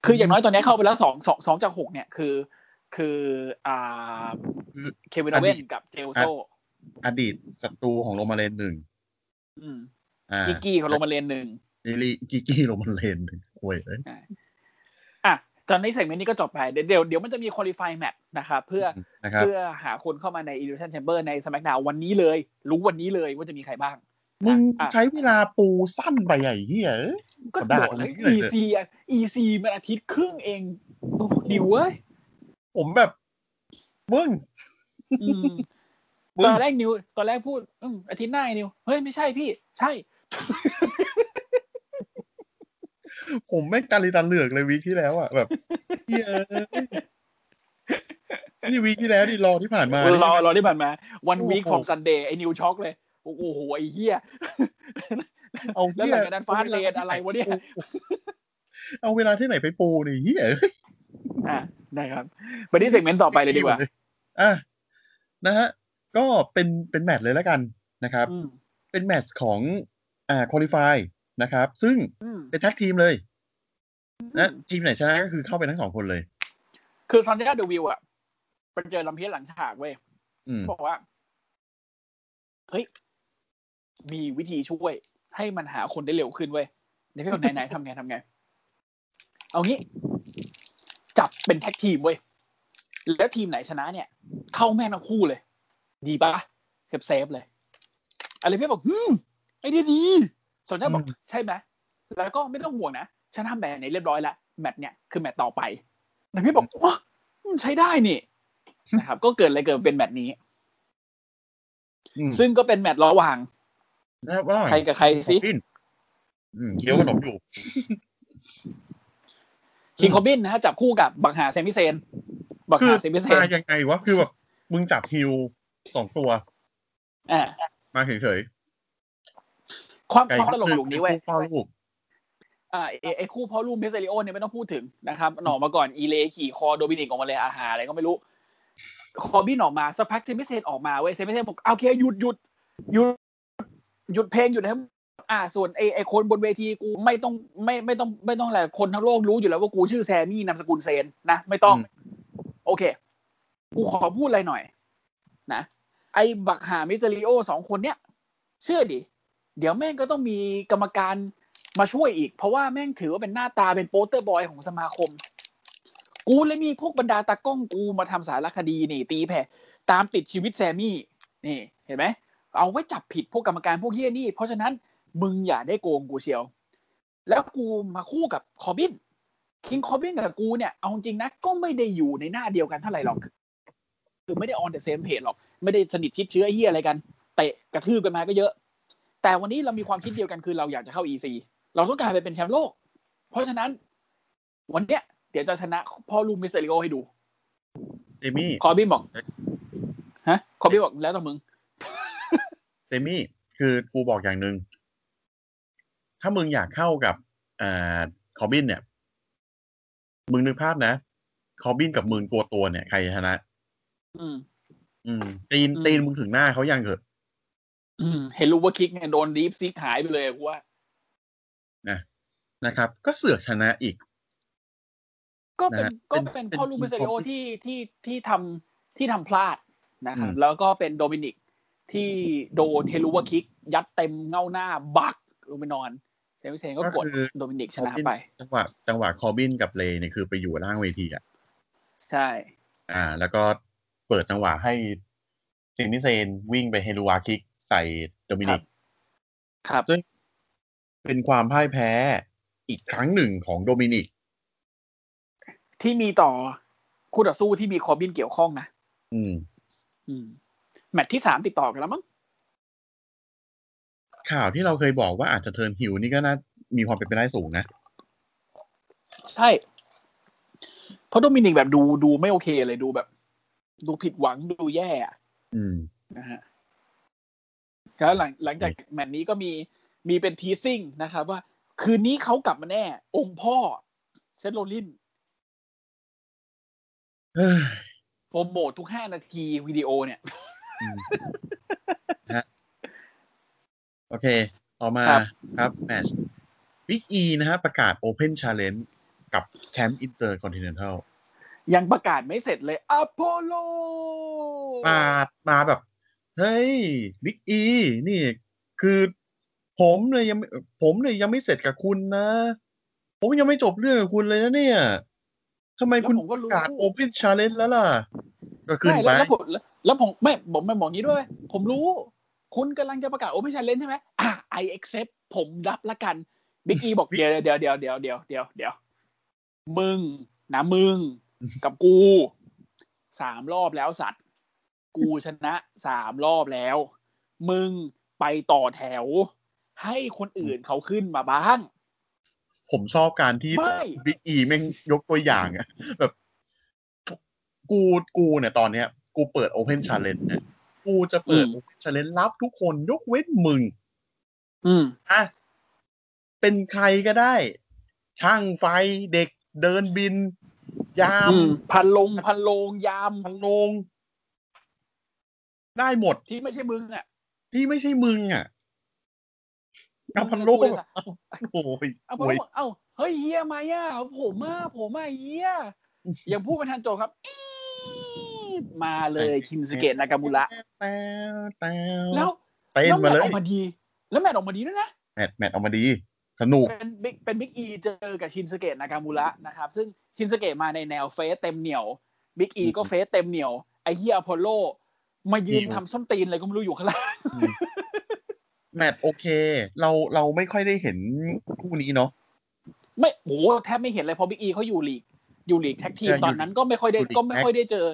Speaker 3: คืออย่างน้อยตอนนี้เข้าไปแล้วสองสองสองจากหกเนี่ยคือ คืออ่าเควิน
Speaker 2: อ
Speaker 3: เว
Speaker 2: ดี
Speaker 3: น
Speaker 2: ต
Speaker 3: กับเจลโซ
Speaker 2: อดีตศัตรูของโรมาเลนหนึ่ง
Speaker 3: อืม
Speaker 2: อ่า
Speaker 3: กิกกี้ของโรมาเลนหนึ่ง
Speaker 2: ลิลี่กิกกี้โรมาเลนหนึ่งโอ้ยเอ้ย
Speaker 3: อ่ะ ตอนนี้เซกเมนต์นี้ก็จบไปเดี๋ยวเดี๋ยวเดี๋ยวมันจะมีคุริฟายแมตช์นะครับเพื่อ
Speaker 2: นะครับ
Speaker 3: เพื่อหาคนเข้ามาใน Elimination Chamber ใน SmackDown วันนี้เลย รู้วันนี้เลยว่าจะมีใครบ้าง
Speaker 2: มึง
Speaker 3: อ่ะ
Speaker 2: ใช้เวลาปูสั้นไปใหญ่เหี้ยเอ้ย
Speaker 3: ก็
Speaker 2: ด่า
Speaker 3: โดด
Speaker 2: กัน
Speaker 3: แล้ว
Speaker 2: เรื่อย
Speaker 3: EC อ่ะ EC มันอาทิตย์ครึ่งเองโอ้โหดิวเว้ย
Speaker 2: ผมแบบมึง
Speaker 3: อืม
Speaker 2: มึง
Speaker 3: ตอนแรกนิว ตอนแรกพูดอืมอาทิตย์หน้าไอ้นิว เฮ้ย ไม่ใช่พี่ ใช่
Speaker 2: ผมแม่งการิตันเหลือกเลยวีคที่แล้วอ่ะ
Speaker 3: <laughs>
Speaker 2: แบบเหี้ยเอ้ยนี่วีคที่แล้วดิรอที่ผ่านมาร
Speaker 3: อ
Speaker 2: นี่
Speaker 3: รอที่ผ่านมา วัน
Speaker 2: โอ้โห
Speaker 3: วีคของซันเดย์ไอ้นิวช็อกเลย โอ้โห ไอ้เหี้ย
Speaker 2: เอา
Speaker 3: แล้ว
Speaker 2: เหี้ย
Speaker 3: หลังจากนั้นฟาสเลนอะไรวะเนี่ย
Speaker 2: เอาเวลาที่ไหนไปปูเนี่ยเหี้ย
Speaker 3: อ่ะนะครับไปที่เซกเมนต์ต่อไปเลยดีกว่า
Speaker 2: อ่ะนะฮะ ก็เป็นเป็นแมตช์เลยแล้วกันนะครับ
Speaker 3: อืม
Speaker 2: เป็นแมตช์ของอ่าคอลิฟายนะครับ ซึ่ง
Speaker 3: อืม
Speaker 2: เป็นแท็กทีมเลยนะทีมไหนชนะก็คือเข้าไปทั้งสองคนเลย
Speaker 3: คือซันเดย์เดอะวิวอ่ะไปเจอลำเพียหลังฉากเว้ย
Speaker 2: อืม
Speaker 3: บอกว่า เฮ้ย มีวิธีช่วย ให้มันหาคนได้เร็วขึ้นเว้ยเดี๋ยวพี่บอกไหนไหนๆทำไงทำไง เอางี้ จับเป็นแท็กทีมเว้ย แล้วทีมไหนชนะเนี่ย เข้าแม่งทั้งคู่เลย ดีปะเซฟเซฟเลย อะไรพี่บอกอืมไอเดียดีสนใจบอกใช่ไหมแล้วก็ไม่ต้องห่วงนะฉันทำแบบไหนเรียบร้อยละแมตช์เนี่ยคือแมตช์ต่อไปแล้วพี่บอกว้าใช้ได้นี่นะครับ ก็เกิดอะไรเกิดเป็นแมตช์นี้
Speaker 2: อืม
Speaker 3: ซึ่งก็เป็นแมตช์ระหว่าง
Speaker 2: นะครับว่า
Speaker 3: ใครกับใครสิ
Speaker 2: กินอืมเคี้ยวขนมอยู่
Speaker 3: คิงคอบินนะฮะจับคู่กับบังหาเซมิเซน บัง
Speaker 2: คือ
Speaker 3: หาเซมิเซน
Speaker 2: มายังไงวะ คือแบบมึงจับฮิวสองตัว
Speaker 3: อ่า
Speaker 2: มาเฉย
Speaker 3: ความ
Speaker 2: ๆไก่
Speaker 3: ความตลกอยู่ตรงนี้เว้ย
Speaker 2: พ่อลูก
Speaker 3: อ่าไอ้ไอ้คู่พ่อลูกเมสเซริโอเนี่ยไม่ต้องพูดถึงนะครับหนออกมาก่อนอีเลขี่คอโดมินิกออกมาเลยอาหาอะไรก็ไม่รู้ คอบินออกมาสักพักเซมิเซนออกมาเว้ยเซมิเซนบอกโอเคหยุดหยุดหยุดหยุดเพลงหยุดให้ อ่าส่วนไอไอคนบนเวทีกูไม่ต้องไม่ไม่ต้องไม่ต้องอะไรคนทั้งโลกรู้อยู่แล้วว่ากูชื่อแซมมี่นามสกุลเซนนะไม่ต้อง
Speaker 2: อืม
Speaker 3: โอเค กูขอพูดอะไรหน่อย นะไอบักหามิสเตอริโอสองคนเนี้ยเชื่อดิ เดี๋ยวแม่งก็ต้องมีกรรมการมาช่วยอีก เพราะว่าแม่งถือว่าเป็นหน้าตาเป็นโปสเตอร์บอยของสมาคม กูเลยมีพวกบรรดาตากล้องกูมาทำสารคดีนี่ ตีแผ่ตามติดชีวิตแซมมี่ นี่ เห็นไหม เอาไว้จับผิดพวกกรรมการพวกเฮียนี่ เพราะฉะนั้นมึงอย่าได้โกงกูเชียว แล้วกูมาคู่กับคอร์บิน คิงคอร์บินกับกูเนี่ย เอาจริงนะ ก็ไม่ได้อยู่ในหน้าเดียวกันเท่าไหร่หรอก คือไม่ได้ออนแต่เซมเพจหรอก ไม่ได้สนิทชิดเชื้อเฮียอะไรกัน เตะกระทืบกันมาก็เยอะ แต่วันนี้เรามีความคิดเดียวกันคือเราอยากจะเข้า EC เราต้องการไปเป็นแชมป์โลก เพราะฉะนั้น วันเนี้ยเดี๋ยวจะชนะพ่อลูกมิสเตอริโอให้ดู
Speaker 2: เซมี่
Speaker 3: คอร์บินบอก ฮะ คอร์บินบอกแล้วแต่มึง
Speaker 2: เซมี่คือกูบอกอย่างหนึ่งถ้ามึงอยากเข้ากับอ่าคอร์บินเนี่ย มึงนึกภาพนะ คอร์บินกับมึงตัวตัวเนี่ยใครชนะ
Speaker 3: อืม
Speaker 2: อืม ตีน
Speaker 3: อืม
Speaker 2: ตีนมึงถึงหน้าเขายังเถอะ
Speaker 3: อืม เห็นลูกว่าคิกเนี่ยโดนดีฟซิกหายไปเลยกูว่า
Speaker 2: นะครับ ก็เสือกชนะอีก
Speaker 3: ก็เป็น
Speaker 2: นะฮะ
Speaker 3: ก็
Speaker 2: เป็
Speaker 3: เป็นน
Speaker 2: เป็น
Speaker 3: พ่อลูก
Speaker 2: ทีม
Speaker 3: มิสเตอริ
Speaker 2: ข
Speaker 3: โอ
Speaker 2: อง
Speaker 3: ที่ที่ที่ทำที่ทำพลาดนะครับ
Speaker 2: อืม
Speaker 3: แล้วก็เป็นโดมินิกที่โดนเฮลูวาคิก ยัดเต็มเงาหน้าบักลงไปนอนเซมิเซนก็กดโดมินิกชนะไป
Speaker 2: จังหวะจังหวะคอร์บินกับเลเนี่ยคือไปอยู่ล่างเวทีอ่ะ
Speaker 3: ใช่
Speaker 2: อ่า แล้วก็เปิดจังหวะให้ซิมมิเซนวิ่งไปเฮลูวาคิกใส่โดมินิก
Speaker 3: ครับ
Speaker 2: เป็นความพ่ายแพ้อีกครั้งหนึ่งของโดมินิก
Speaker 3: ที่มีต่อคู่ต่อสู้ที่มีคอร์บินเกี่ยวข้องนะ
Speaker 2: อืม
Speaker 3: อืม แมตช์ที่สามติดต่อกันแล้วมั้ง
Speaker 2: ข่าวที่เราเคยบอกว่าอาจจะเทิร์นฮิวนี่ก็น่ามีความเป็นไปได้สูงนะ
Speaker 3: ใช่ เพราะโดมินิกแบบดูดูไม่โอเคเลยดูแบบ ดูผิดหวังดูแย่อะ
Speaker 2: อืม
Speaker 3: นะฮะแล้วหลังหลังจากแมตช์นี้ก็มีมีเป็นทีซิ่งนะครับ ว่า คืนนี้เขากลับมาแน่ องค์พ่อเซนโรลิน
Speaker 2: เฮ้ย
Speaker 3: โปรโมททุกห้านาทีวิดีโอเนี่ย
Speaker 2: อืมนะฮะโอเค ต่อมา
Speaker 3: ครับ
Speaker 2: ครับแมชบิ๊กอีนะฮะประกาศโอเพนชาเลนจ์กับแชมป์อินเตอร์คอนติเนนทัล
Speaker 3: ยังประกาศไม่เสร็จเลยอพอลโล
Speaker 2: มามาแบบ เฮ้ยบิ๊กอีนี่คือผมเลยยังไม่ผมเลยยังไม่เสร็จกับคุณนะ ผมยังไม่จบเรื่องกับคุณเลยนะเนี่ยทำไม
Speaker 3: แล้ว
Speaker 2: คุณ
Speaker 3: ผมก็รู้
Speaker 2: ประกาศโอเพนชาเลนจ์แล้วล่ะ ก็ขึ้น
Speaker 3: ไม่
Speaker 2: ไป
Speaker 3: แล้วแล้วผมแล้วแล้วผมไม่ผมไม่บอกงี้ด้วย ผมรู้ คุณกำลังจะประกาศโอเ n นช l เลนใช่ไหมอ่ะ I accept ผมรับละกันบิ๊กอีบอก เดี๋ยวเดี๋ยวเดี๋ยวเดี๋ยวเดี๋ยวเดี๋ยวเดี๋ยวมึงนะมึง กับกูสามรอบแล้วสัตว์ กูชนะสามรอบแล้ว มึงไปต่อแถว ให้คนอื่นเขาขึ้นมาบ้าง
Speaker 2: ผมชอบการที่
Speaker 3: ไม่
Speaker 2: บิ๊กอีแม่งยกตัวอย่างอะแบบกูกูเนี่ยตอนเนี้ย กูเปิดโอเพนชาเลนจ์เนี่ยกูจะเปิดโอเพนชาเลนจ์รับทุกคนยกเว้นมึง
Speaker 3: อืม
Speaker 2: อะเป็นใครก็ได้ ช่างไฟเด็กเดินบิน ยาม
Speaker 3: อืม พันลงพันลงยาม
Speaker 2: พันโลง ได้หมด
Speaker 3: ที่ไม่ใช่มึงอ่ะ
Speaker 2: ที่ไม่ใช่มึงอ่ะเอาพันโลงแบบเอาโอ้ย
Speaker 3: เอา
Speaker 2: โอ้ย
Speaker 3: ผมเอาเฮ้ยเฮียมาย่าผมมาผมมาเฮียยังพูดไม่ทันจบครับอี๊ดมา
Speaker 2: <laughs>
Speaker 3: เลย
Speaker 2: แต่
Speaker 3: ชินสเกตนากามุระ
Speaker 2: แต้วแต้ว
Speaker 3: แล้ว
Speaker 2: เต้น
Speaker 3: แล้วแม
Speaker 2: มา
Speaker 3: ต
Speaker 2: เล
Speaker 3: ช์อย อกมาดี แล้วแมตช์ออกมาดีด้วยนะ
Speaker 2: แมตช์แมตช์ออกมาดี สนุก
Speaker 3: เป็นบิ๊กเป็นบิ๊กอีเจอกับชินสเกตนากามุระนะครับ ซึ่งชินสเกตมาในแนวเฟสเต็มเหนียวบิ๊กอี
Speaker 2: อืม
Speaker 3: ก็เฟสเต็มเหนียวไอเฮียอพอลโล มายืน
Speaker 2: หิว
Speaker 3: ทำส้นตีนอะไรก็ไม่รู้อยู่ข้างล่าง
Speaker 2: แมตช์โอเค เราเราไม่ค่อยได้เห็นคู่นี้เนาะ
Speaker 3: ไม่โหแทบไม่เห็นเลยเพราะบิ๊กอีเขาอยู่ลีกอยู่ลีกแท็กทีม
Speaker 2: ใช่อยู่
Speaker 3: ตอนนั้นก็ไม่ค่อยได้
Speaker 2: อยู่ลีก
Speaker 3: ก็ไม่ค่อยได้เจอ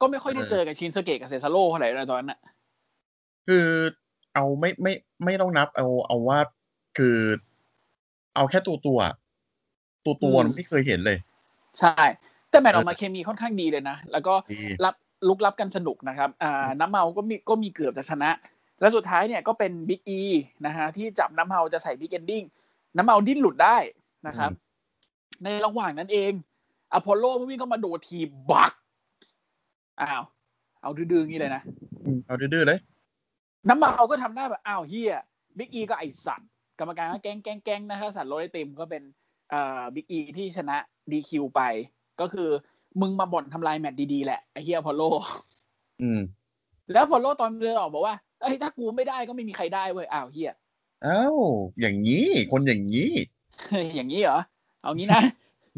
Speaker 3: ก็ไม่ค่อยได้
Speaker 2: เออ
Speaker 3: เจอกับชินสเกตกับเซซาโลเท่าไหร่เลยตอนนั้นอะ
Speaker 2: คือเอาไม่ไม่ไม่ต้องนับเอาเอาว่าคือ เอาแค่ตัวตัวอะตัวตัว
Speaker 3: อืม
Speaker 2: ไม่เคยเห็นเลย
Speaker 3: ใช่ แต่แมตช์
Speaker 2: เออ
Speaker 3: ออกมาเคมีค่อนข้างดีเลยนะ แล้วก็
Speaker 2: ดี
Speaker 3: รับลุกรับกันสนุกนะครับอ่าน้ำเมาก็มีก็มีเกือบจะชนะ และสุดท้ายเนี่ยก็เป็นบิ๊กอีนะฮะที่จับน้ำเมาจะใส่บิ๊กเอนดิ้งน้ำเมาดิ้นหลุดได้นะครับ ในระหว่างนั้นเองอพอลโลวิ่งเข้ามาโดดทีบบักอ้าว เอาดื้อๆอย่างนี้เลยนะ
Speaker 2: อืมเอาดื้อๆเลย
Speaker 3: น้ำเมาก็ทำหน้าแบบอ้าวเฮียบิ๊กอีก็ไอสัตว์ กรรมการก็แกล้งแกล้งแกล้งนะครับสันโรยติมก็เป็นเอ่อบิ๊กอีที่ชนะดีคิวไป ก็คือมึงมาบ่นทำลายแมตช์ดีๆแหละไอเฮียพอลโล
Speaker 2: อืม
Speaker 3: แล้วพอลโลตอนเดินออกบอกว่าเอ้ยถ้ากูไม่ได้ก็ไม่มีใครได้เว้ยอ้าวเฮีย <laughs>
Speaker 2: เอ้า อย่างนี้ คนอย่างนี้
Speaker 3: อย่างนี้เหรอเอางี้นะ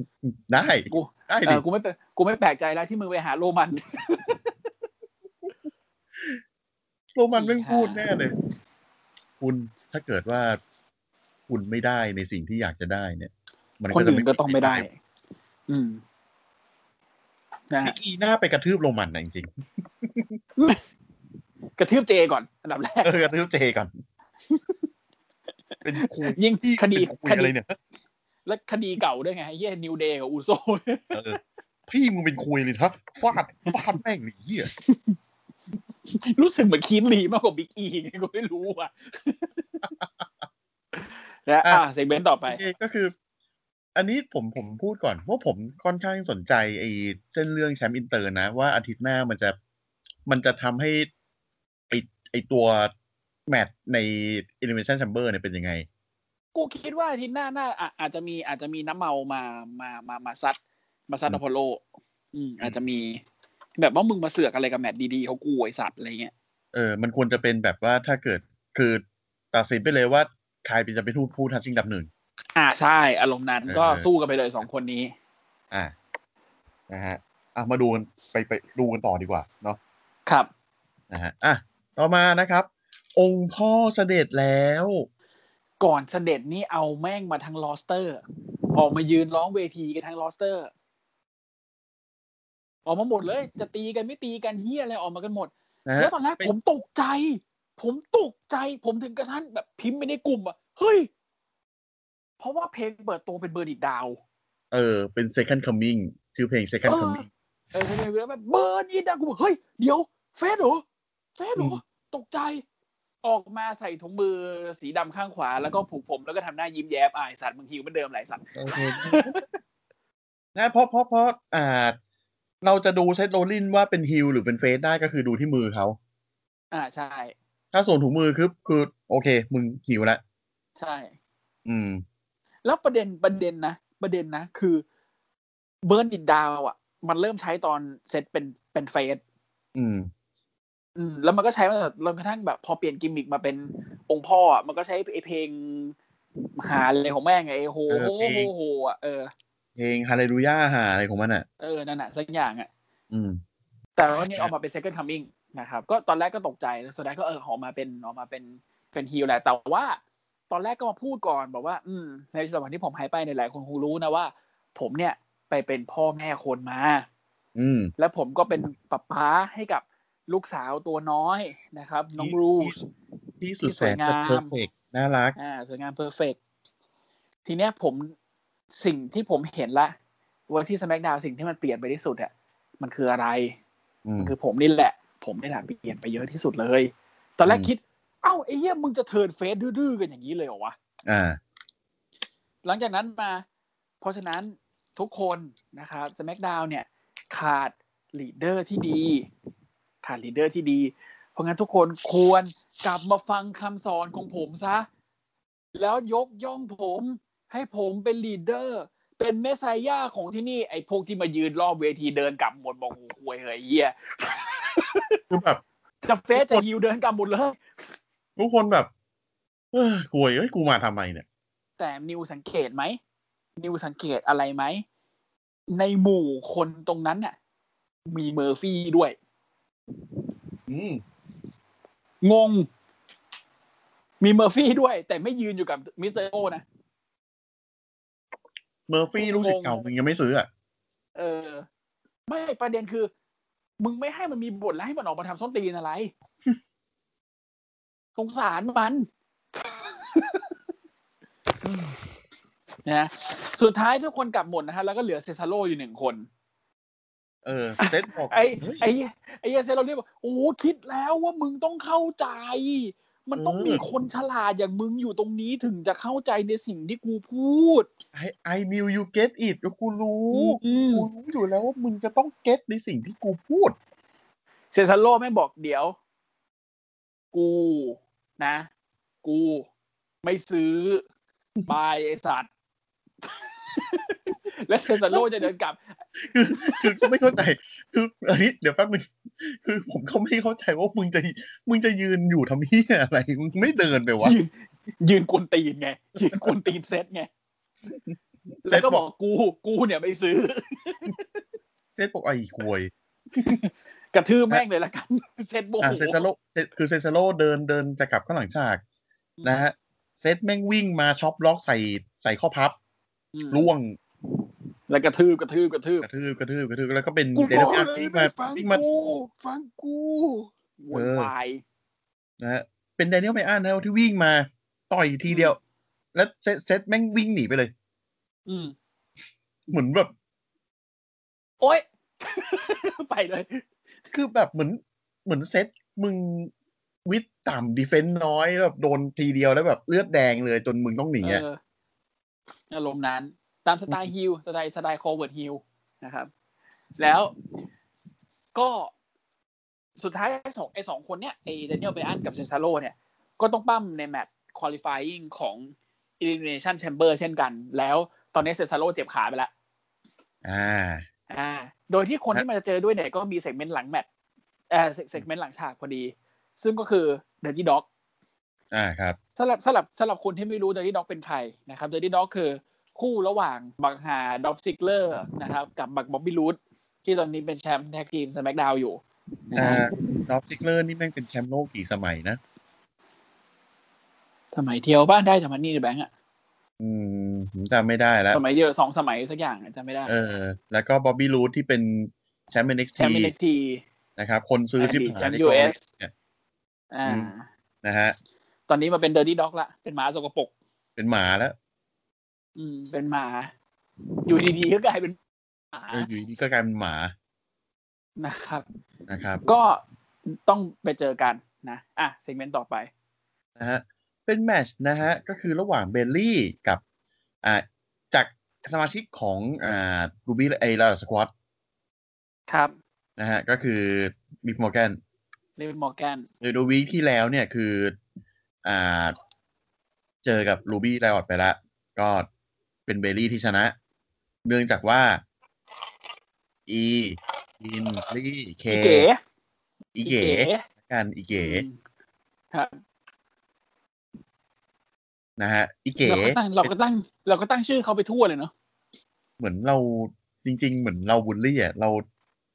Speaker 2: <laughs> ได้
Speaker 3: กู
Speaker 2: ได้
Speaker 3: เอ
Speaker 2: ดิ
Speaker 3: อกูไม่เป็นกูไม่แปลกใจแล้วที่มึงไปหาโรมัน
Speaker 2: <laughs> โรมันไม่งพูดแน่เลย คุณถ้าเกิดว่า คุณไม่ได้ในสิ่งที่อยากจะได้เนี่ย มั
Speaker 3: คน
Speaker 2: จะ
Speaker 3: อื่นก็ต้องไม่ได้ อืมนะฮะ
Speaker 2: อีหน้าไปกระทืบโรมันนะจริง
Speaker 3: กระทืบเจก่อนอันดับแร
Speaker 2: ๆ
Speaker 3: ก
Speaker 2: เออกระทืบเจ
Speaker 3: <laughs>
Speaker 2: ก่อน เป็นคุย
Speaker 3: ยิ่งคดี
Speaker 2: เป็นคุย
Speaker 3: ค
Speaker 2: อะไร
Speaker 3: ดี
Speaker 2: เนี่ย
Speaker 3: และคดีเก่าด้วยไงไอ้เฮียนิวเดย์กับอูโซ
Speaker 2: เออพี่มึงเป็นคุยเลยครับฟาดฟาดแม่งหนีอ่ะ
Speaker 3: <laughs> รู้สึกเหมือนคีนลีมากกว่าบิ๊กอีไงก็ไม่รู้อ่ะ <laughs> และอ่ะเซกเมนต์ต่อไป
Speaker 2: เอก็คือ อันนี้ผมผมพูดก่อนว่าผมค่อนข้างสนใจไอ้เส้นเรื่องแชมป์อินเตอร์นะ ว่าอาทิตย์หน้ามันจะมันจะทำให้ไอ้ไอ้ตัวแมตช์ใน Elimination Chamber เนี่ยเป็นยังไง
Speaker 3: กูคิดว่าอาทีหน้าหน้าอ่ะอาจจะมีอาจจะมีน้ำเมามามามามาซัด มาซัด
Speaker 2: อืม
Speaker 3: อพอลโล อืม อาจจะมี แบบว่ามึงมาเสือกอะไรกับแมตช์ดีๆเขากูไอสัตว์อะไรเงี้ย
Speaker 2: เออ มันควรจะเป็นแบบว่าถ้าเกิดคือตัดสินไปเลยว่าใครเป็นจะเป็นผู้ผู้ทัชชิ่งดับหนึ่ง
Speaker 3: อ่าใช่ อารมณ์นั้นก็
Speaker 2: เออ
Speaker 3: สู้กันไปเลยสองคนนี้
Speaker 2: อ่า นะฮะ อ่ะ มาดูกันไปไปดูกันต่อดีกว่าเนาะ
Speaker 3: ครับ
Speaker 2: นะฮะ อ่ะ ต่อมานะครับ องค์พ่อเสด็จแล้ว
Speaker 3: ก่อนเสด็จนี่เอาแม่งมาทางลอสเตอร์ ออกมายืนร้องเวทีกันทางลอสเตอร์ ออกมาหมดเลย จะตีกันไม่ตีกันเฮียอะไรออกมากันหมด
Speaker 2: นะ
Speaker 3: แล้
Speaker 2: ฮะ
Speaker 3: วตอนแรก
Speaker 2: เป็น
Speaker 3: ผมตกใจ ผมตกใจ ผมถึงกระทั่งแบบพิมพ์ไปในกลุ่มอ่ะ เฮ้ย เพราะว่าเพลงเปิดตัวเป็นเบอร์ดิดดาว
Speaker 2: เออ เป็น second coming ชื่อเพลง second
Speaker 3: <laughs> เออ
Speaker 2: coming
Speaker 3: เออเพลงเบอร์ดิดดาวแบบเบอร์ดิดดาวกูบอกเฮ้ย เดี๋ยว เฟสเหรอ เฟสเหรอ ตกใจ ออกมาใส่ถุงมือสีดำข้างขวา แล้วก็ผูกผมแล้วก็ทำหน้ายิ้มแย้มอายสัตว์มึงหิวเหมือนเดิมไหลายสัตว์
Speaker 2: โอเค นะเพราะเพราะเพราะอ่า เราจะดูเซตโรลลินว่าเป็นฮิลหรือเป็นเฟสได้ก็คือดูที่มือเขา
Speaker 3: อ่าใช่
Speaker 2: ถ้าส่วนถุงมือคือคือโอเค มึงหิวละ
Speaker 3: ใช่
Speaker 2: อืม
Speaker 3: แล้วประเด็นประเด็นนะประเด็นนะคือเบอร์ดิดดาวอ่ะ มันเริ่มใช้ตอนเซตเป็นเป็นเฟส
Speaker 2: อืม
Speaker 3: อืมแล้วมันก็ใช้มาจนกระทั่งแบบ พอเปลี่ยนกิมมิกมาเป็นองค์พ่ออะมันก็ใช้ไอเพลงหาอะไรของแม่งไงไอ้โฮ
Speaker 2: เออ
Speaker 3: โฮ
Speaker 2: เพลง
Speaker 3: โฮโฮอ่ะเออ
Speaker 2: เพลงฮาเลลูยาหาอะไรของมันอ่ะ
Speaker 3: เออนั่นน่ะสักอย่างอ่ะ
Speaker 2: อืม
Speaker 3: แต่ว่านี่ออกมาเป็น second coming นะครับ ก็ตอนแรกก็ตกใจแล้วสุดท้ายก็เออออกมาเป็นออกมาเป็นเป็นฮีลแหละแต่ว่า ตอนแรกก็มาพูดก่อนบอกว่า อืม ในระหว่างที่ผมหายไปในยหลายคนคงรู้นะว่า ผมเนี่ยไปเป็นพ่อแม่คนมา
Speaker 2: อืม
Speaker 3: และผมก็เป็นป้าป้าให้กับลูกสาวตัวน้อยนะครับ น้องรูส
Speaker 2: ที่สุดแสน
Speaker 3: ที่สวยงา
Speaker 2: จะ
Speaker 3: ม
Speaker 2: เพอร์เฟกน่ารัก
Speaker 3: อ่าสวยงามเพอร์เฟกทีเนี้ยผมสิ่งที่ผมเห็นละว่าที่สมักดาวสิ่งที่มันเปลี่ยนไปที่สุดอะมันคืออะไร
Speaker 2: อืม
Speaker 3: มันคือผมนี่แหละ ผมนี่แหละเปลี่ยนไปเยอะที่สุดเลย ตอนแรก
Speaker 2: อืม
Speaker 3: คิด เอ้าไอ้เหี้ยมึงจะเทิร์นเฟซดื้อๆกันอย่างนี้เลยเหรอวะ
Speaker 2: อ่า
Speaker 3: หลังจากนั้นมา เพราะฉะนั้นทุกคนนะครับสมักดาวเนี่ย ขาดลีดเดอร์ที่ดี ขาดลีดเดอร์ที่ดี เพราะงั้นทุกคนควรกลับมาฟังคำสอนของผมซะ แล้วยกย่องผมให้ผมเป็นลีดเดอร์ เป็นเมสไซายาของที่นี่ ไอ้พวกที่มายืนรอบเวทีเดินกลับหมดบอกโอ้โหวยเหยเหี้ย
Speaker 2: คือแบบ
Speaker 3: จะเฟสจะฮิวเดินกลับหมดเลย
Speaker 2: ทุกคนแบบ เอ้ยกลัวเอ้ย กูมาทำไมเนี่ย
Speaker 3: แต่นิวสังเกตไหม นิวสังเกตอะไรไหม ในหมู่คนตรงนั้นน่ะ มีเมอร์ฟี่ด้วย
Speaker 2: อืม
Speaker 3: งง มีเมอร์ฟี่ด้วย แต่ไม่ยืนอยู่กับมิสเตอร์โอนะ
Speaker 2: เมอร์ฟี่ลูกศิษย์เก่ามึงยังไม่ซื้ออ่ะ
Speaker 3: เออ ไม่ประเด็นคือ มึงไม่ให้มันมีบทแล้วให้มันออกมาทำส้นตีนอะไร <laughs> สงสารมัน <laughs> นะสุดท้ายทุกคนกลับหมดนะฮะ แล้วก็เหลือเซซาโลอยู่หนึ่งคน
Speaker 2: เออ เซตบอก
Speaker 3: ไอ้
Speaker 2: เฮ้ย
Speaker 3: ไอ้ไอ้เหี้ยเซนเราเรียกว่าโอ้คิดแล้วว่ามึงต้องเข้าใจ มันต้อง
Speaker 2: เออ
Speaker 3: มีคนฉลาดอย่างมึงอยู่ตรงนี้ถึงจะเข้าใจในสิ่งที่กูพูด
Speaker 2: ไอ้ไอ้มิวยูเก็ตอิดกูรู้
Speaker 3: อืม
Speaker 2: กูรู้อยู่แล้วว่ามึงจะต้องเก็ตในสิ่งที่กูพูด <laughs>
Speaker 3: เซนซาโลแม่งบอกเดี๋ยว กูนะ กู ไม่ซื้อ บายไอสัตว์ <laughs> และเซซาโลจะเดินกลับ
Speaker 2: คือคือก็ไม่เข้าใจ คืออันนี้เดี๋ยวแป๊บนึงคือผมก็ไม่เข้าใจว่ามึงจะมึงจะยืนอยู่ทำเหี้ยอะไรมึงไม่เดินไปวะ
Speaker 3: ยืนยืนกวนตีนไง ยืนกวนตีนเซตไง
Speaker 2: เซตบอก
Speaker 3: แล้วก็บอกกู กูเนี่ยไม่ซื้อ
Speaker 2: เซตบอกไอ้ควย
Speaker 3: กระทืบแม่งเลยละกัน เซตโม
Speaker 2: อ่ะ
Speaker 3: โห
Speaker 2: เซซาโลเซคือเซซาโลเดินเดินจะกลับข้างหลังฉากนะฮะเซตแม่งวิ่งมาช็อปล็อกใส่ใส่ข้อพับ
Speaker 3: อืม
Speaker 2: ล่วง
Speaker 3: แล้วกระทืบกระทืบกระทืบ
Speaker 2: กระทืบกระทืบกระทืบแล้วก็เป็น
Speaker 3: กู
Speaker 2: เด
Speaker 3: บ
Speaker 2: น
Speaker 3: อก
Speaker 2: การ
Speaker 3: เลย
Speaker 2: วิ่ง
Speaker 3: ไม่
Speaker 2: มา
Speaker 3: ฟัง
Speaker 2: วิ่งมา
Speaker 3: กูฟังกูโว
Speaker 2: เอ
Speaker 3: ย
Speaker 2: อ
Speaker 3: วาย
Speaker 2: นะฮะเป็นแดเนียลไมอ้านแล้วที่วิ่งมาต่อยทีเดียว แล้วเซตเซตแม่งวิ่งหนีไปเลย
Speaker 3: อืม
Speaker 2: เหมือนแบบ
Speaker 3: โอ๊ย <laughs> ไปเลย
Speaker 2: คือแบบเหมือนเหมือนเซตมึงวิทต่ำดีเฟนต์น้อยแบบโดนทีเดียวแล้วแบบเลือดแดงเลยจนมึงต้องหนี
Speaker 3: เอ
Speaker 2: อะ
Speaker 3: ออารมณ์นั้น ตามสไตล์ฮิลสไตล์สไตล์คอเวิร์ดฮิลนะครับ แล้วก็สุดท้ายไอ้สองไอ้สองคนเนี้ยไอ้เดน i ยลเบอันกับเซนซาโลเนี่ย ก็ต้องปั้มในแมตช์ค u a l i f y i n g ของ Elimination Chamber เช่นกัน แล้วตอนนี้เซนซาโลเจ็บขาไปแล้ว
Speaker 2: อ่า
Speaker 3: อ่า โดยที่คนที่มันจะเจอด้วยเนี่ย ก็มีเซกเมนต์หลังแมตช์เอ่อเซกเมนต์หลังฉากพอดี ซึ่งก็คือเดน t y ด็อก
Speaker 2: อ่าครับ
Speaker 3: สำหรับสำหรับสำหรับคนที่ไม่รู้เดอ r ี y ด็อกเป็นใครนะครับเดอ r ี y ด็อกคือคู่ระหว่างบักฮาด็อบซิกเลอร์นะครับ กับบักบ๊อบบี้รูทที่ตอนนี้เป็นแชมป์แท็กทีมสแมกดาวอยู่นะ
Speaker 2: อ่า
Speaker 3: ฮะ
Speaker 2: ดอฟซิกเลอร์นี่แม่งเป็นแชมป์โลกกี่สมัยนะ
Speaker 3: สมัยเที่ยวบ้านได้จากมันนี่ในแบงก์อะ
Speaker 2: อืมผมจำไม่ได้แล้ว
Speaker 3: สมัยเดียวสองสมัยสักอย่างอะจำไม่ได้
Speaker 2: เออ แล้วก็บอบบี้รูทที่เป็นแชมป์เอ็นเอ็ก
Speaker 3: แชม
Speaker 2: ซี
Speaker 3: ป์เนที
Speaker 2: นะครับ คนซื้อ
Speaker 3: อดีต
Speaker 2: ชิบหาย
Speaker 3: แชมป์
Speaker 2: ใน
Speaker 3: US
Speaker 2: เนี่ย
Speaker 3: อ่า
Speaker 2: อืม นะฮะ
Speaker 3: ตอนนี้มาเป็นเดอ r ี y ด็อกละเป็นหมาสกปรก
Speaker 2: เป็นหมาแล้ว
Speaker 3: อืม เป็นหมา อยู่ดีๆก็กลายเป็นหมา
Speaker 2: เอออยู่ดีก็กลายเป็นหมา
Speaker 3: นะครับ
Speaker 2: นะครับ
Speaker 3: ก็ต้องไปเจอกันนะอ่ะเซกเมนต์ต่อไป
Speaker 2: นะฮะเป็นแมตชนะฮะก็คือระหว่างเบลลี่กับอ่าจากสมาชิกของอ่ารูบี้ไอลาสควอต
Speaker 3: ครับ
Speaker 2: นะฮะก็คือบิ๊กมอร์แกน
Speaker 3: เลวินมอร์แกน
Speaker 2: โดยดูวีคที่แล้วเนี่ยคืออ่าเจอกับรูบี้ไลออดไปแล้วก็เป็นเบลลี่ที่ชนะ เนื่องจากว่าอีอินลี่เค
Speaker 3: อีเก๋
Speaker 2: อีเก๋กันอีเก๋
Speaker 3: อืมครับ
Speaker 2: นะฮะอีเก๋
Speaker 3: เราก็ตั้งเราก็ตั้ง เราก็ตั้งชื่อเขาไปทั่วเลยเนาะ
Speaker 2: เหมือนเราจริง ๆ เหมือนเราบูลลี่อ่ะเรา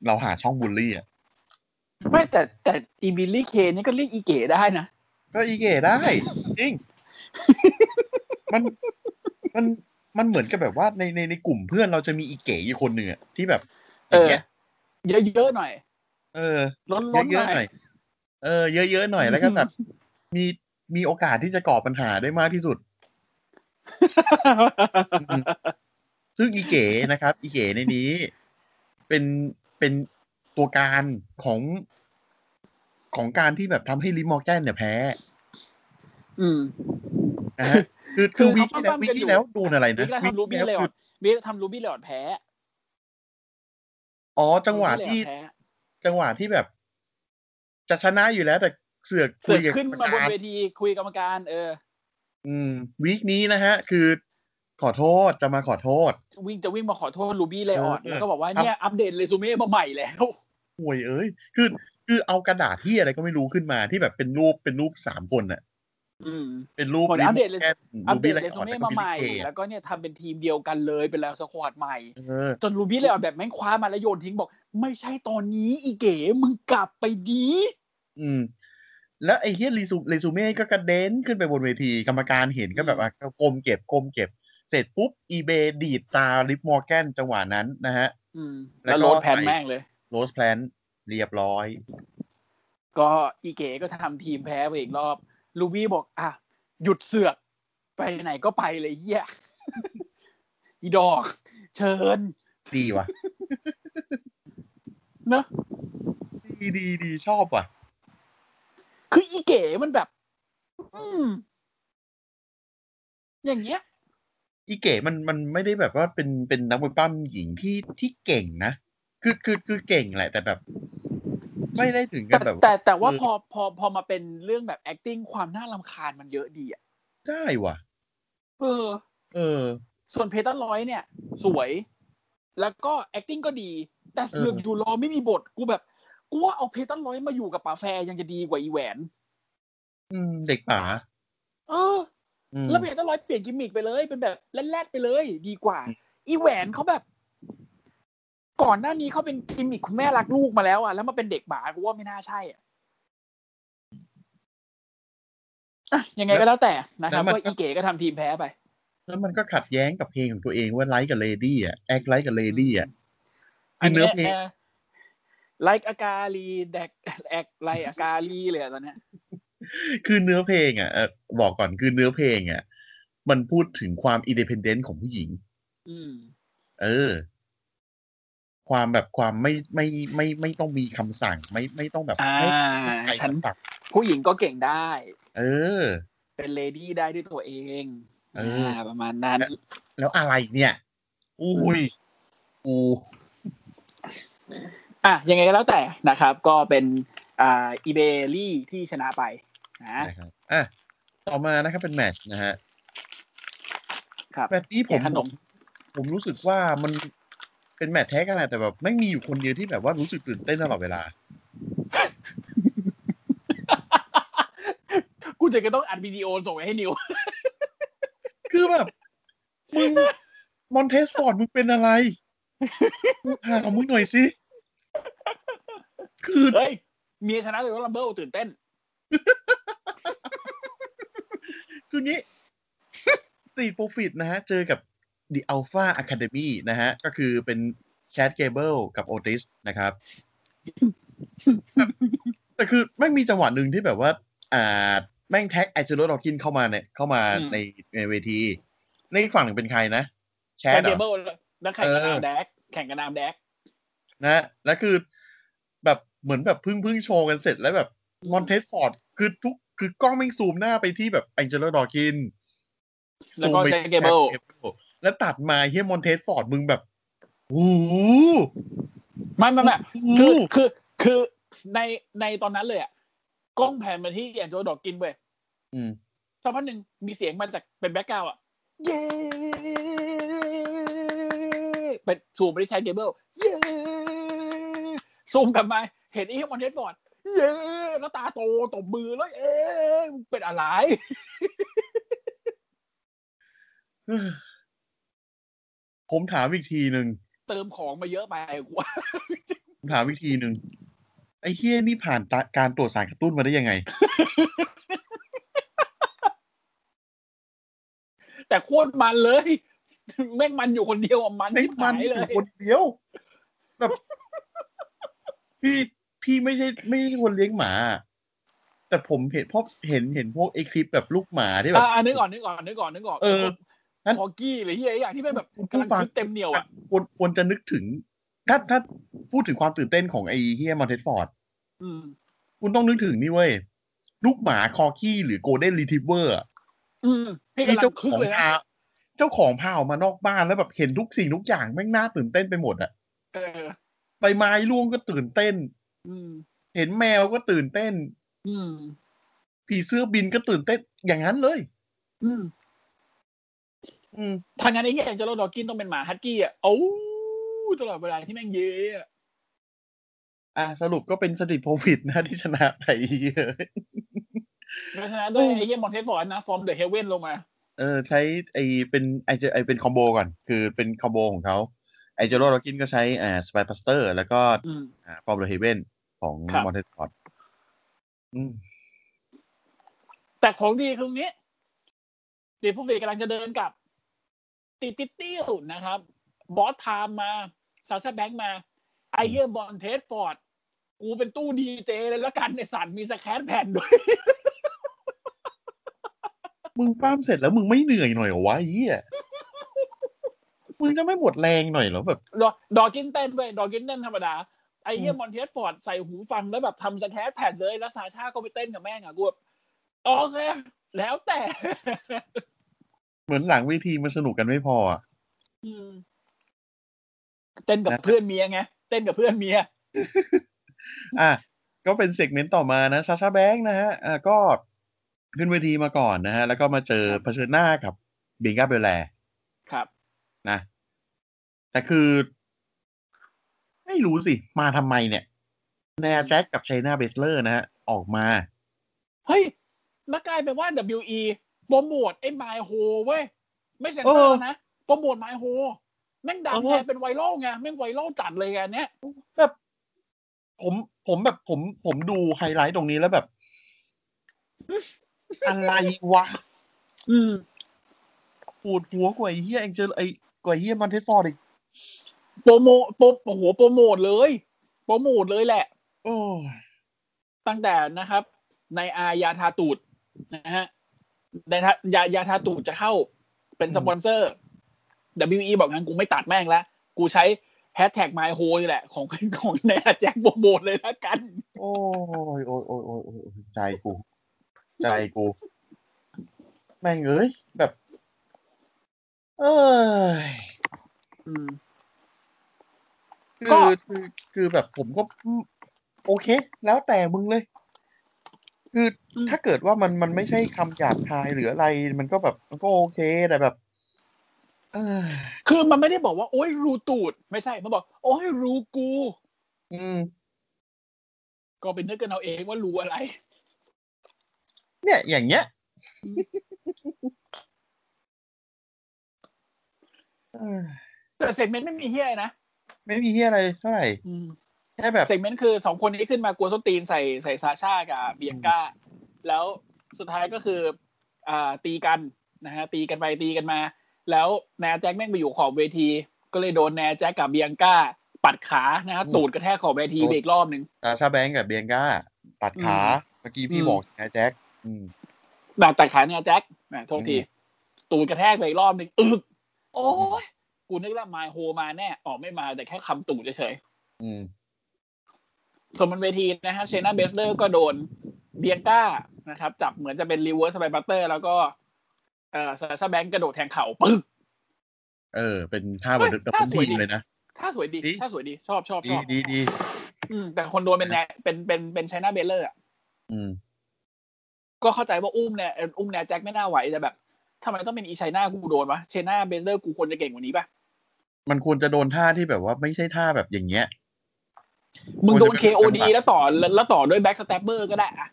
Speaker 2: เราหาช่องบูลลี่อ่ะ
Speaker 3: ไม่แต่แต่อีบิลลี่เคนนี่ก็เรียกอีเก๋ได้นะ
Speaker 2: ก็อีเกได้ จริง มันมันมันเหมือนกับแบบว่าในในในกลุ่มเพื่อนเราจะมีอีเก๋อยู่คนหนึ่งอ่ะที่แบบ
Speaker 3: เออ
Speaker 2: ย่างเงี้ย
Speaker 3: เยอะๆหน่อย
Speaker 2: เออ
Speaker 3: ล้น
Speaker 2: เย
Speaker 3: ล้
Speaker 2: อะ
Speaker 3: น
Speaker 2: เย
Speaker 3: ห
Speaker 2: อะ
Speaker 3: น่
Speaker 2: ๆหน่
Speaker 3: อ
Speaker 2: อย ย เออเยอะเยอะๆหน่อยแล้วก็แบบมีมีโอกาสที่จะก่อปัญหาได้มากที่สุด ซึ่งอีเก๋นะครับ อีเก๋ในนี้ เป็นเป็นตัวการของของการที่แบบทำให้ลิมมอร์แกนเนี่ยแพ้
Speaker 3: อืม
Speaker 2: นะฮะคือคือ
Speaker 3: คือ
Speaker 2: วี
Speaker 3: เขา
Speaker 2: คที่แล้ววีคที่แล้ว
Speaker 3: ปั้มๆกันอยู่
Speaker 2: โดนอะไรนะ
Speaker 3: วีคแรกทำ Ruby
Speaker 2: ที่
Speaker 3: เลยเหรอ
Speaker 2: คือ
Speaker 3: มีทำรูบี้หลอดแพ้
Speaker 2: อ๋อจังหวะ
Speaker 3: รูบี้
Speaker 2: ที่
Speaker 3: เลอดแพ้
Speaker 2: จังหวะที่แบบ จะชนะอยู่แล้วแต่เสือก
Speaker 3: เสือก
Speaker 2: คุยกับ
Speaker 3: ขึ้นมา
Speaker 2: ก
Speaker 3: บน
Speaker 2: รร
Speaker 3: เว
Speaker 2: การ
Speaker 3: ทีคุยกรรมการ เออ
Speaker 2: อืมวีคนี้นะฮะ คือขอโทษจะมาขอโทษ
Speaker 3: วิ่งจะวิ่งมาขอโทษรูบี้เลยออด
Speaker 2: เออ
Speaker 3: แล้วก็บอกว่าเนี่ยอัปเดตเรซูเม่มาใหม่แล้ว
Speaker 2: ห่วยเอ้ยคือคือเอากระดาษที่อะไรก็ไม่รู้ขึ้นมาที่แบบเป็นรูปเป็นรูปสามคนน่ะ
Speaker 3: อืม
Speaker 2: เป็นรูป
Speaker 3: โอ้ยอัปเดตเลย
Speaker 2: แก้ม
Speaker 3: อัป
Speaker 2: รู
Speaker 3: เด
Speaker 2: บี้
Speaker 3: ต
Speaker 2: ไร
Speaker 3: เร
Speaker 2: อ
Speaker 3: ซู
Speaker 2: อน
Speaker 3: เม่
Speaker 2: แล้วก็
Speaker 3: มาใหม่
Speaker 2: บิลลี่เกย์
Speaker 3: แล้วก็เนี่ยทำเป็นทีมเดียวกันเลยเป็นแล้วสควอตใหม่
Speaker 2: เออ
Speaker 3: จนรูบี้เลยเอาแบบแม่งคว้ามาแล้วโยนทิ้งบอก ไม่ใช่ตอนนี้อีเก๋มึงกลับไปดี
Speaker 2: อืม แล้วไอ้เฮียรีซูรีซูเม่ก็กระเด็นขึ้นไปบนเวที กรรมการเห็นก็แบบว่าก็กลมเก็บกลมเก็บ เสร็จปุ๊บอีเบดีดตาลิฟมอร์แกนจังหวะนั้นนะฮะ
Speaker 3: อืม
Speaker 2: แล้
Speaker 3: แล้ว
Speaker 2: ก็
Speaker 3: วโลดแพนแม่งเลย
Speaker 2: โรสแพลนเรียบร้อย
Speaker 3: ก็อีเก๋ก็ทำทีมแพ้ไปอีกรอบรูบี้บอก อ่ะ หยุดเสือก ไปไหนก็ไปเลยเฮีย <laughs> อีดอก เชิญ
Speaker 2: ดีว่ะ
Speaker 3: เนอะ
Speaker 2: ดีดีดีชอบว่ะ
Speaker 3: คืออีเก๋มันแบบ อืม อย่างเงี้ย
Speaker 2: อีเก๋มันมันไม่ได้แบบว่าเป็นเป็นนักมวยปั้มหญิงที่ที่เก่งนะ คือคือคือเก่งแหละ แต่แบบ ไม่ได้ถึงกั
Speaker 3: แต่
Speaker 2: นแบบว่า
Speaker 3: แต่แต่ว่า
Speaker 2: เออ
Speaker 3: พอพอพอมาเป็นเรื่องแบบ acting ความน่ารำคาญมันเยอะดีอะ
Speaker 2: ได้ว่ะ
Speaker 3: เออ
Speaker 2: เออ
Speaker 3: ส่วนเพตันร้อยเนี่ย สวย แล้วก็ acting ก็ดี แต่เสือก
Speaker 2: เออ
Speaker 3: อยู่รอไม่มีบท กูแบบ กูว่าเอาเพตันร้อยมาอยู่กับป๋าแฟร์ยังจะดีกว่าอีแหวน
Speaker 2: ืมเด็กป่า
Speaker 3: เออ
Speaker 2: อืม
Speaker 3: แล้วเพตันร้อยเปลี่ยนกิมมิกไปเลย เป็นแบบแรดๆไปเลย ดีกว่า
Speaker 2: อืม
Speaker 3: อีแหวนเขาแบบ ก่อนหน้านี้เขาเป็นกิมมิกคุณแม่รักลูกมาแล้วอ่ะ แล้วมาเป็นเด็กบากูว่าไม่น่าใช่อ่ะอ่ะยังไงก็แล้วแต่นะครับก็อีเก๋ก็ทำทีมแพ้ไป
Speaker 2: แล้วมันก็ขัดแย้งกับเพลงของตัวเองว่าไลค์กับเลดี้อ่ะแอคไลค์กับเลดี้อ่ะ
Speaker 3: อันเนื้อ
Speaker 2: คือเนื้อเพลง
Speaker 3: ไลค์อากาลีแดกแอกไลค์อากาลีเลยอะตอนเนี้ย
Speaker 2: คือเนื้อเพลงอ่ะเอ่อบอกก่อนคือเนื้อเพลงอ่ะมันพูดถึงความอินด p เพนเดนต์ของผู้หญิง
Speaker 3: อืม
Speaker 2: เออ ความแบบความไม่ไม่ไม่ไม่ต้องมีคำสั่ง ไม่ไม่ต้องแบบ
Speaker 3: อ่า
Speaker 2: ไม่ต้องใคร
Speaker 3: ฉัน
Speaker 2: มาสั่ง
Speaker 3: ผู้หญิงก็เก่งได้
Speaker 2: เออ
Speaker 3: เป็นเลดี้ได้ด้วยตัวเอง
Speaker 2: เอออ่
Speaker 3: าประมาณนั้น
Speaker 2: แล้วอะไรเนี่ย อุ้ยอู
Speaker 3: อ่ะยังไงก็แล้วแต่นะครับ ก็เป็นอ่าอีเบรี่ที่ชนะไปนะ
Speaker 2: นะครับอ่ะต่อมานะครับเป็นแมตชนะฮะ
Speaker 3: ครับ
Speaker 2: แมตช์นี้ผ
Speaker 3: เกี่ย
Speaker 2: ม
Speaker 3: วขนม <laughs>
Speaker 2: ผมรู้สึกว่ามันเป็นแมตช์แท้กันแหละแต่แบบไม่มีอยู่คนเดียวที่แบบว่ารู้สึกตื่นเต้นตลอดเวลา
Speaker 3: กูจะก็ต้องอัดวิดีโอส่งไปให้นิว <laughs>
Speaker 2: คือแบบมึงมอนเทสฟอร์ดมึงเป็นอะไรมึงหามึงหน่อยสิ คือ
Speaker 3: เฮ้ย เมียชนะเลยว่าลัมเบิลตื่นเต้น
Speaker 2: คืองี้ <laughs> ตีโปรฟิตนะฮะ เจอกับ The Alpha Academy นะฮะ ก็คือเป็นแชทเกเบิลกับโอติสนะครับ <laughs> แบบแต่คือแม่งมีจังหวะหนึ่งที่แบบว่า อ่า แม่งแท็กไอจูโรดอกินเข้ามาเนี่ยเข้ามา
Speaker 3: อืม
Speaker 2: ในในเวทีในอีกฝั่งหนึ่งเป็นใครนะ แช
Speaker 3: แก
Speaker 2: ทเหร
Speaker 3: เด
Speaker 2: อ
Speaker 3: เบิลแล้วแข่งกับ
Speaker 2: เออ
Speaker 3: นามแดก แข่งกับนามแดก
Speaker 2: นะฮะแล้วคือแบบเหมือนแบบเพึ่งเพึ่งโชว์กันเสร็จแล้วแบบมอนเทสฟอร์ดคือทุกคือกล้องแม่งซูมหน้าไปที่แบบแองเจลดอกิน
Speaker 3: แล้วก็
Speaker 2: ซูมไป
Speaker 3: Jack Gable
Speaker 2: แล้วตัดมาเฮียมอนเทสฟอร์ดมึงแบบโอ้โห
Speaker 3: ไม่ไม่ไม่
Speaker 2: โอ้โห
Speaker 3: คือคือคือในในตอนนั้นเลยอ่ะกล้องแผ่นมาที่แอนโจดอกกินเว้ย
Speaker 2: ม
Speaker 3: สักพักหนึ่งมีเสียงมันจากเป็นแบ็กกราวด์อ่ะ เย้เป็นซูมไปที่ใช้เกเบิลเย้ซูมกลับมา เห็นไอ้มอนเทสบอร์ดเย้แล้วตาโตตบมือแล้วเอ๊ะมึงเป็นอะไร
Speaker 2: ผมถามอีกทีหนึ่ง
Speaker 3: เติมของมาเยอะไปกูว่า
Speaker 2: ผมถามอีกทีหนึ่งไอ้เฮียนี่ผ่านตาการตรวจสารกระตุ้นมาได้ยังไง
Speaker 3: แต่โคตรมันเลย แม่งมันอยู่คนเดียวอะมัน
Speaker 2: ใน
Speaker 3: ที่
Speaker 2: มั
Speaker 3: หาน ย
Speaker 2: อ
Speaker 3: เลย
Speaker 2: ยู่คนเดียวแบบพี่พี่ไม่ใช่ไม่ใช่คนเลี้ยงหมา แต่ผมเห็นเพราะเห็นเห็นพวกไอคลิปแบบลูกหมาที่แบบ
Speaker 3: อ่านึกก่อนนึกก่อนนึกก่อนนึกก่อน
Speaker 2: เอองั้น
Speaker 3: คอกี้หรือเฮียอย่างที่เป็นแบบ
Speaker 2: คุณผู้
Speaker 3: กำลัง
Speaker 2: ฟัง
Speaker 3: คึกเต็มเหนียวอ่ะ
Speaker 2: ควรควรจะนึกถึง ถ้าถ้าพูดถึงความตื่นเต้นของไอเฮียมอนเทสฟอร์ด
Speaker 3: อืม
Speaker 2: คุณต้องนึกถึงนี่เว้ย ลูกหมาคอกี้หรือโกลเด้นรีทิเวอร์
Speaker 3: อืมให้
Speaker 2: ที่
Speaker 3: กำลั
Speaker 2: เจ้าง ข
Speaker 3: คึ
Speaker 2: อ
Speaker 3: ก
Speaker 2: ง
Speaker 3: เลยนะ
Speaker 2: พาเจ้าของพาออกมานอกบ้านแล้วแบบเห็นทุกสิ่งทุกอย่างแม่งน่าตื่นเต้นไปหมดอะ
Speaker 3: เออ
Speaker 2: ใบไม้ร่วงก็ตื่นเต้น
Speaker 3: อืม
Speaker 2: เห็นแมวก็ตื่นเต้น
Speaker 3: อืม
Speaker 2: ผีเสื้อบินก็ตื่นเต้นอย่างนั้นเลย
Speaker 3: อืม
Speaker 2: อืม
Speaker 3: ทางงานไอ้เฮียแองเจโลดอกินต้องเป็นหมาฮัตกี้อ่ะโอ้ตลอดเวลาที่แม่งเย่อะ
Speaker 2: อ่ะสรุปก็เป็นสติโพฟิตนะ <laughs> ที่ชนะไปเยอะ
Speaker 3: เพราะฉะนั้นด้วยไอ้เฮียมอนเทสฟอร์ดนะ ฟอร์มเดอะเฮเว่นลงมา
Speaker 2: เออ ใช้ไอเป็นไอเจไอเป็นคอมโบก่อน คือเป็นคอมโบของเขาไอเจโรโรกินก็ใช้อ่าสไปพัสเตอร์ แล้วก็
Speaker 3: อืม
Speaker 2: อ่าฟอร์มเดอะเฮเวนของ
Speaker 3: ครับ
Speaker 2: มอนเทสคอร์ดอืม
Speaker 3: แต่ของดีคือตรงนี้ตีพวกเด็กกำลังจะเดินกลับ ติดติดติ้วนะครับ บอสไทม์มาซาชาแบงค์มา ไอเฮียบอลเทสฟอร์ด กูเป็นตู้ดีเจเลยแล้วกันในสัตว์มีสแครนแผ่นด้วย
Speaker 2: มึงปั้มเสร็จแล้วมึงไม่เหนื่อยหน่อยเหรอวะไอ้เหี้ยมึงจะไม่หมดแรงหน่อยเหรอแบบ
Speaker 3: ดอดอกินเต้นไปดอกินเต้นธรรมดา ไอเฮีย
Speaker 2: อืม
Speaker 3: มอนเทสฟอร์ดใส่หูฟังแล้วแบบทำสแครนแผ่นเลย แล้วซาชาก็ไปเต้นกับแม่งอ่ะกูแบบโอเค แล้วแต่ <laughs>
Speaker 2: เหมือนหลังเวทีมันสนุกกันไม่พออะ
Speaker 3: อืมเต้นกับเพื่อนเมียไงเต้นกับเพื่อนเมีย
Speaker 2: อ่ะก็เป็นเซกเมนต์ต่อมานะซาชาแบงค์นะฮะอ่ะก็ ขึ้นเวทีมาก่อนนะฮะ แล้วก็มาเจอเผชิญหน้ากับบิงกาเบลแล
Speaker 3: ครับ
Speaker 2: นะ แต่คือ ไม่รู้สิ มาทำไมเนี่ยแนร์แจ็คกับไชน่าเบสเลอร์นะฮะ ออกมา
Speaker 3: เฮ้ยแล้วกลายเป็นว่า WE โปรโมทไอ้ไมโฮเว้ย ไม่เซ็น
Speaker 2: เอ
Speaker 3: เตอ
Speaker 2: อ
Speaker 3: ร์นะ โปรโมทไมโฮแม่งดัง
Speaker 2: เออ
Speaker 3: แกเป็นไวรัลไงแม่งไวรัลจัดเลยไงอันเนี้ย
Speaker 2: แบบผมผมแบบผมผมดูไฮไลท์ตรงนี้แล้วแบบ อะไรวะ
Speaker 3: อืม
Speaker 2: ปวดหัวกว่าไอ้เฮียเองเจอไอ้กว่าไอ้เฮียมันเทสฟอร์ดอีก
Speaker 3: โปรโมโปรโอ้โหโปรโมทเลย โปรโมทเลยแหละ
Speaker 2: โอ้ย
Speaker 3: ตั้งแต่นะครับ ในอายาทาตูดนะฮะในทายายาทาตูดจะเข้าเป็นสปอนเซอร์ WE บอกงั้นกูไม่ตัดแม่งแล้ว กูใช้แฮชแท็กไมโฮนี่แหละ ของ <laughs> ของในอาแจ็คโปรโมทเลยละกัน
Speaker 2: โอ้ยโอ้ยโอ้ยโอ้ยโอ้ยโอ้ยใจกู ใจกู แม่งเอ้ยแบบ เอ้ย
Speaker 3: อืม ก็
Speaker 2: คือคือคือแบบผมก็ โอเค แล้วแต่มึงเลย คือถ้าเกิดว่ามันมันไม่ใช่คำหยาบคายหรืออะไร มันก็แบบมันก็โอเคแต่แบบ เอ้ย
Speaker 3: คือมันไม่ได้บอกว่าโอ้ยรูตูด ไม่ใช่ มันบอก โอ้ยรูกู
Speaker 2: อืม
Speaker 3: ก็เป็นนึกกันเอาเองว่ารูอะไร
Speaker 2: เนี่ย อย่างเงี้ยเออ
Speaker 3: แต่เซกเมนต์ไม่มีเฮียนะ
Speaker 2: ไม่มีเฮียอะไรเท่าไหร่
Speaker 3: อืม
Speaker 2: แค่แบบ
Speaker 3: เซกเมนต์คือสองคนนี้ขึ้นมากวนส้นตีนใส่ใส่ซาชากับเบียงก้า แล้วสุดท้ายก็คืออ่าตีกันนะฮะตีกันไปตีกันมา แล้วแนร์แจ็คแม่งไปอยู่ขอบเวที ก็เลยโดนแนร์แจ็คกับเบียงก้า ปัดขานะฮะ
Speaker 2: อืม
Speaker 3: ตูดกระแทกขอบเวที
Speaker 2: โดน
Speaker 3: ไปอีกรอบหนึ่ง
Speaker 2: ตาชาแบงก์กับเบียงก้า ตัดขา เมื่อกี้พี่
Speaker 3: อืม
Speaker 2: บอกนะแจ็คอืม
Speaker 3: แบบตัดขาแนร์แจ็คนะโทษที
Speaker 2: อืม
Speaker 3: ตูดกระแทกไปอีกรอบหนึ่งอึกโอ้ยกูนึกแล้วมายโฮมาแน่ออกไม่มาแต่แค่คำตูดเฉยๆ
Speaker 2: อืม
Speaker 3: ส่วนบนเวทีนะฮะเชนาเบสเลอร์ก็โดนเบียงก้านะครับ จับเหมือนจะเป็นรีเวิร์สสไปบัตเตอร์ แล้วก็เอ่อซาชาแบงก์กระโดดแทงเข่าปึ๊ก
Speaker 2: เออ เป็นท่าแบบ
Speaker 3: เฮ้ย
Speaker 2: แบบ
Speaker 3: ท่าสวย
Speaker 2: ดี
Speaker 3: ดี
Speaker 2: เลยนะ
Speaker 3: ถ้าสวยดี
Speaker 2: ดี
Speaker 3: ถ้าสวยดีชอบชอบช
Speaker 2: ดี
Speaker 3: อบ
Speaker 2: ดีดี
Speaker 3: อืมแต่คนโดนเป็นแนเป็นเป็นเป็นไชน่าเบสเลอร์
Speaker 2: อืม
Speaker 3: ก็เข้าใจว่าอุ้มเนี่ยเอ่ออุ้มเนี่ยแจ็คไม่น่าไหวแต่แบบทำไมต้องเป็นอีไชน่ากูโดนวะเชนาเบสเลอร์กูควรจะเก่งกว่านี้ป่ะ
Speaker 2: มันควรจะโดนท่าที่แบบว่าไม่ใช่ท่าแบบอย่างเงี้ย
Speaker 3: มึงโดน
Speaker 2: ควรจะเป็น
Speaker 3: KOD แล้วต่อแล้วต่อด้วยแบ็กสแตปเบอร์ก็ได้อ่ะ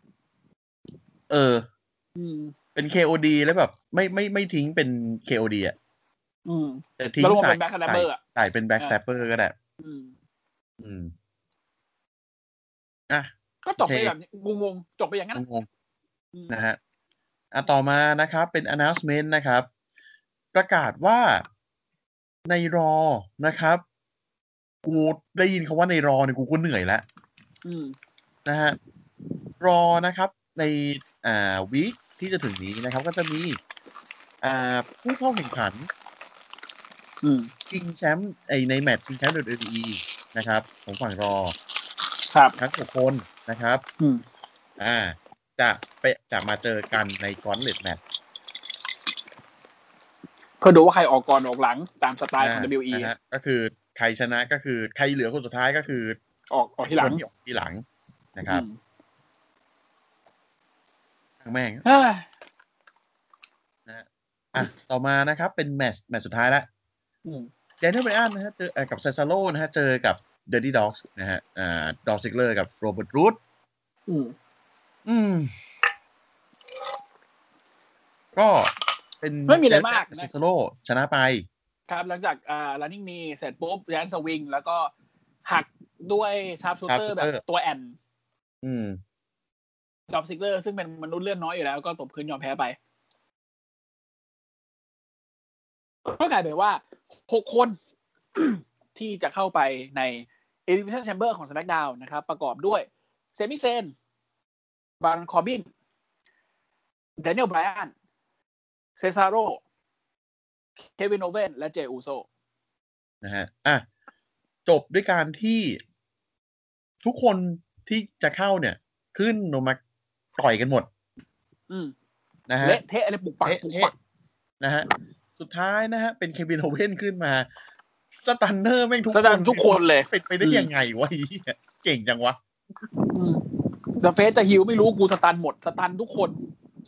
Speaker 2: เออ
Speaker 3: อืม
Speaker 2: เป็น KOD แล้วแบบ ไม่ไม่ไม่ทิ้งเป็น KOD อ่ะ
Speaker 3: อืม
Speaker 2: แต่ทิ้ง
Speaker 3: แล้วลง
Speaker 2: ใส่
Speaker 3: เป็น back stabber อะ
Speaker 2: ใส่เป็นแบ็กสแตปเปอร์ก็ได้
Speaker 3: อืม
Speaker 2: อืม อ่ะ
Speaker 3: ก็จบไป
Speaker 2: โอเค
Speaker 3: แบบงงๆจบไปอย่างนั้นอะ
Speaker 2: งง
Speaker 3: อืม
Speaker 2: นะฮะอ่ะต่อมานะครับเป็น announcement นะครับ ประกาศว่าในรอนะครับ กูได้ยินคาว่าในรอเนี่ยกูก็เหนื่อยแล้ว
Speaker 3: อืม
Speaker 2: นะฮะรอนะครับ ในอ่าวีคที่จะถึงนี้นะครับ ก็จะมีอ่าผู้เข้าแข่งขัน
Speaker 3: อืม
Speaker 2: ชิงแชมป์ไอในแมตช์ชิงแชมป์ WWE นะครับ ของฝั่งรอ
Speaker 3: ครับ
Speaker 2: ทั้งหกคนนะครับ
Speaker 3: อืม
Speaker 2: อ่า จะไปจะมาเจอกันในกอนเลดแมต
Speaker 3: เพื่อดูว่าใครออกก่อนออกหลังตามสไตล์ของ
Speaker 2: อ่า
Speaker 3: WE
Speaker 2: นะฮะก็คือใครชนะก็คือใครเหลือคนสุดท้ายก็คือ
Speaker 3: ออกออกที่หลั
Speaker 2: คน
Speaker 3: ง
Speaker 2: ที่ออกที่หลังนะครับ
Speaker 3: อืม
Speaker 2: ทั้งแม่ง
Speaker 3: เอ้ย
Speaker 2: อ่ะต่อมานะครับ เป็นแมตช์แมตช์สุดท้ายละ
Speaker 3: อืม
Speaker 2: เดนเนอร์ไบรอันนะฮะเจอเอ่อกับเซซาโลนะฮะเจอกับเด r ์ดี้ด็อกส์นะฮะอ่าดอ l ซิกเลอร์กับโรเบิร์ตรูท
Speaker 3: อืม
Speaker 2: อืม ก็เป็น
Speaker 3: ไม่มีอะไรมาก
Speaker 2: เซ
Speaker 3: นะ
Speaker 2: ซาโลชนะไป
Speaker 3: ครับ หลังจากอ่า running me เสร็จปุ๊บแดนสวิง แล้วก็หักด้วยชาร์ปชูเตอร์
Speaker 2: Sharpshooter
Speaker 3: แบบตัวแอน
Speaker 2: อืม
Speaker 3: ดอบซิกเลอร์ ซึ่งเป็นมนุษย์เลือดน้อยอยู่แล้ว ก็ตบพื้นยอมแพ้ไป ก็กลายเป็นว่าหกคน <coughs> ที่จะเข้าไปใน Elimination Chamber ของ SmackDown นะครับ ประกอบด้วยเซมิเซนบารอนคอบินเดนิเอลไบรอันเซซาโรเควินโอเวนและเจอูโซ
Speaker 2: นะฮะ อ่ะ จบด้วยการที่ทุกคนที่จะเข้าเนี่ย ขึ้นลงมาต่อยกันหมด
Speaker 3: อืม
Speaker 2: นะฮะ
Speaker 3: เละเทะอะไรปุกปัก
Speaker 2: เอ๊ะ
Speaker 3: ปุก
Speaker 2: เอ๊ะ
Speaker 3: ปัก
Speaker 2: นะฮะ สุดท้ายนะฮะ เป็นเควินโอเว่นขึ้นมา สตันเนอร์แม่งทุก
Speaker 3: แส
Speaker 2: ค
Speaker 3: ดง
Speaker 2: น
Speaker 3: ทุกคนเลย
Speaker 2: เป็นไปได้
Speaker 3: อืม
Speaker 2: ยังไงวะ <laughs> ไอ้เหี้ยเก่งจังวะ
Speaker 3: อืมแต่เฟสจะฮิวไม่รู้กูสตันหมด สตันทุกคน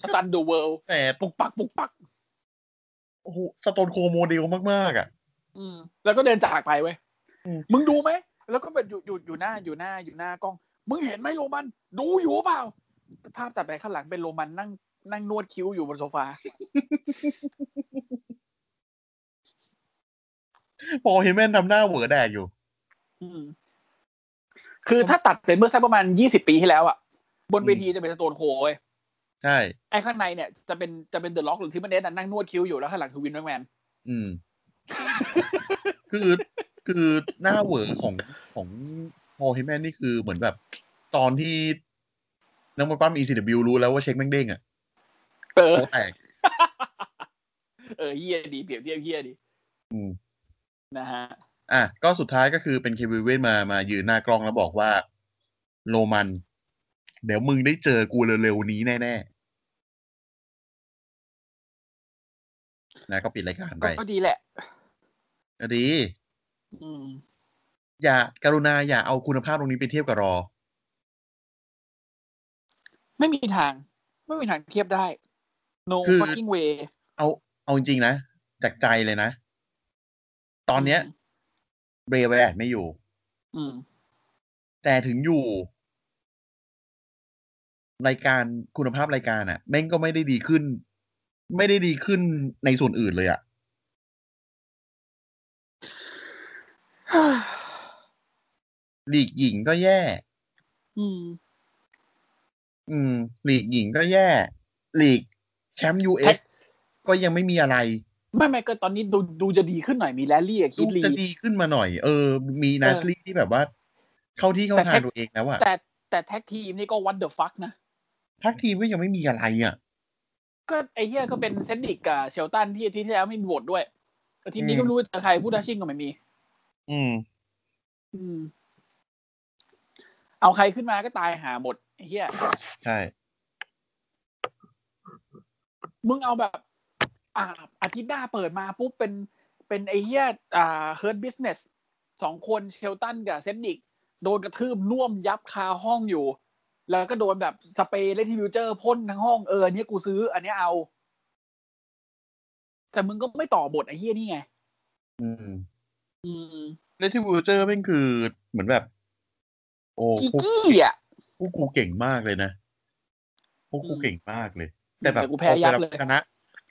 Speaker 3: สตันเดอะเวิลด์
Speaker 2: แต่
Speaker 3: ปุกปักปุกปัก
Speaker 2: โอ้โหสโตนโคโมเดลมากๆอ่ะ
Speaker 3: อืมแล้วก็เดินจากไปเว้ย
Speaker 2: อืม
Speaker 3: มึงดูไหม แล้วก็แบบอยู่อยู่อยู่หน้าอยู่หน้าอยู่หน้ากล้อง มึงเห็นไหมโรมัน ดูอยู่เปล่า ภาพตัดไปข้างหลังเป็นโรมันนั่งนั่งนวดคิ้วอยู่บนโซฟา
Speaker 2: พอเฮเมนทำหน้าเหวอแดกอยู่
Speaker 3: อืม คือถ้าตัดเป็นเมื่อสักประมาณยี่สิบปีที่แล้วอะบนเวทีจะเป็นสโตนโคเว้ย
Speaker 2: ใช่
Speaker 3: ไอ้ข้างในเนี่ยจะเป็นจะเป็นเดอะล็อกหรือที่มันเดนนั่งนวดคิ้วอยู่แล้วข้างหลังคือวินแมกแมน
Speaker 2: อืม <laughs> คือคือหน้าเหวอของของพอเฮเมนนี่คือเหมือนแบบ ตอนที่นักมวยปั้ม ECW รู้แล้วว่าเช็คแม่งเด้งอ่ะ
Speaker 3: เออ
Speaker 2: โป๊แตก
Speaker 3: เออเฮียดีเปรียบเทียบเฮียดี
Speaker 2: อืม
Speaker 3: นะฮะ
Speaker 2: อ่ะก็สุดท้ายก็คือเป็นเควินเวนมามายืนหน้ากล้องแล้วบอกว่า โรมัน เดี๋ยวมึงได้เจอกูเร็วๆนี้แน่ๆนะก็ปิดรายการไป
Speaker 3: ก็ก็ดีแหละ
Speaker 2: ก็ดี
Speaker 3: อืม
Speaker 2: อย่าการุณาอย่าเอาคุณภาพตรงนี้ไปเทียบกับรอ
Speaker 3: ไม่มีทาง ไม่มีทางเทียบได้ no
Speaker 2: คือ
Speaker 3: fucking way
Speaker 2: เอาเอาจริงๆนะ จากใจเลยนะ ตอนเนี้ยเบรเวแอดไม่อยู่
Speaker 3: อืม <sighs>
Speaker 2: แต่ถึงอยู่ รายการคุณภาพรายการอะ่ะ แม่งก็ไม่ได้ดีขึ้น ไม่ได้ดีขึ้นในส่วนอื่นเลยอะ่ะ หลีกหญิงก็แย่
Speaker 3: อืม
Speaker 2: อืม หลีกหญิงก็แย่ หลีกแชมป์ยูเอสก็ยังไม่มีอะไร
Speaker 3: ไม่ไม่ก็ตอนนี้ดูดูจะดีขึ้นหน่อยมีแรลลี่กับคิ
Speaker 2: ดู
Speaker 3: ดลี
Speaker 2: จะดีขึ้นมาหน่อย เออ มีนาสลีที่แบบว่า เข้าที่เข้า
Speaker 3: แต่
Speaker 2: ทา
Speaker 3: แท็
Speaker 2: ง
Speaker 3: ก
Speaker 2: ตัวเองแล้วอะ
Speaker 3: แต่แต่แท็กทีมนี่ก็วันเดอะฟักนะ
Speaker 2: ทักทีมก็ยังไม่มีอะไรอะ่ะ
Speaker 3: ก็ไอเฮียก็เป็นเซนดิกกับเชลตันที่อาที่ที่แล้วไม่มีโหวตด้วยอาที
Speaker 2: อื
Speaker 3: นี้
Speaker 2: ม
Speaker 3: ก็ไม่รู้จะใครพูดอาชิงก็ไม่มี
Speaker 2: อืม
Speaker 3: อืม เอาใครขึ้นมาก็ตายหาหมดไอเฮีย
Speaker 2: ใช่
Speaker 3: มึงเอาแบบ อ่าอาทิตย์หน้าเปิดมาปุ๊บเป็นเป็นไอเฮียอ่าเฮิร์ตบิสเนสสองคนเชลตันกับเซนดิกโดนกระทืบน่วมยับคาห้องอยู่ แล้วก็โดนแบบสเปรย์เลทิวิวเจอร์พ่นทั้งห้องเอออนเนี้ยกูซื้อ อันเนี้ยเอา แต่มึงก็ไม่ต่อบทไอเฮียนี่ไง
Speaker 2: อืม
Speaker 3: อืม
Speaker 2: เลทิวูเจอร์แม่งคือเหมือนแบบ โอ้
Speaker 3: กิ
Speaker 2: พวก
Speaker 3: กี้อ่ะ
Speaker 2: พวกกูเก่งมากเลยนะพวกกู
Speaker 3: อืม
Speaker 2: เก่งมากเลย แต่แบบ
Speaker 3: แต่กูแพ้ยับเลย
Speaker 2: พอชนะ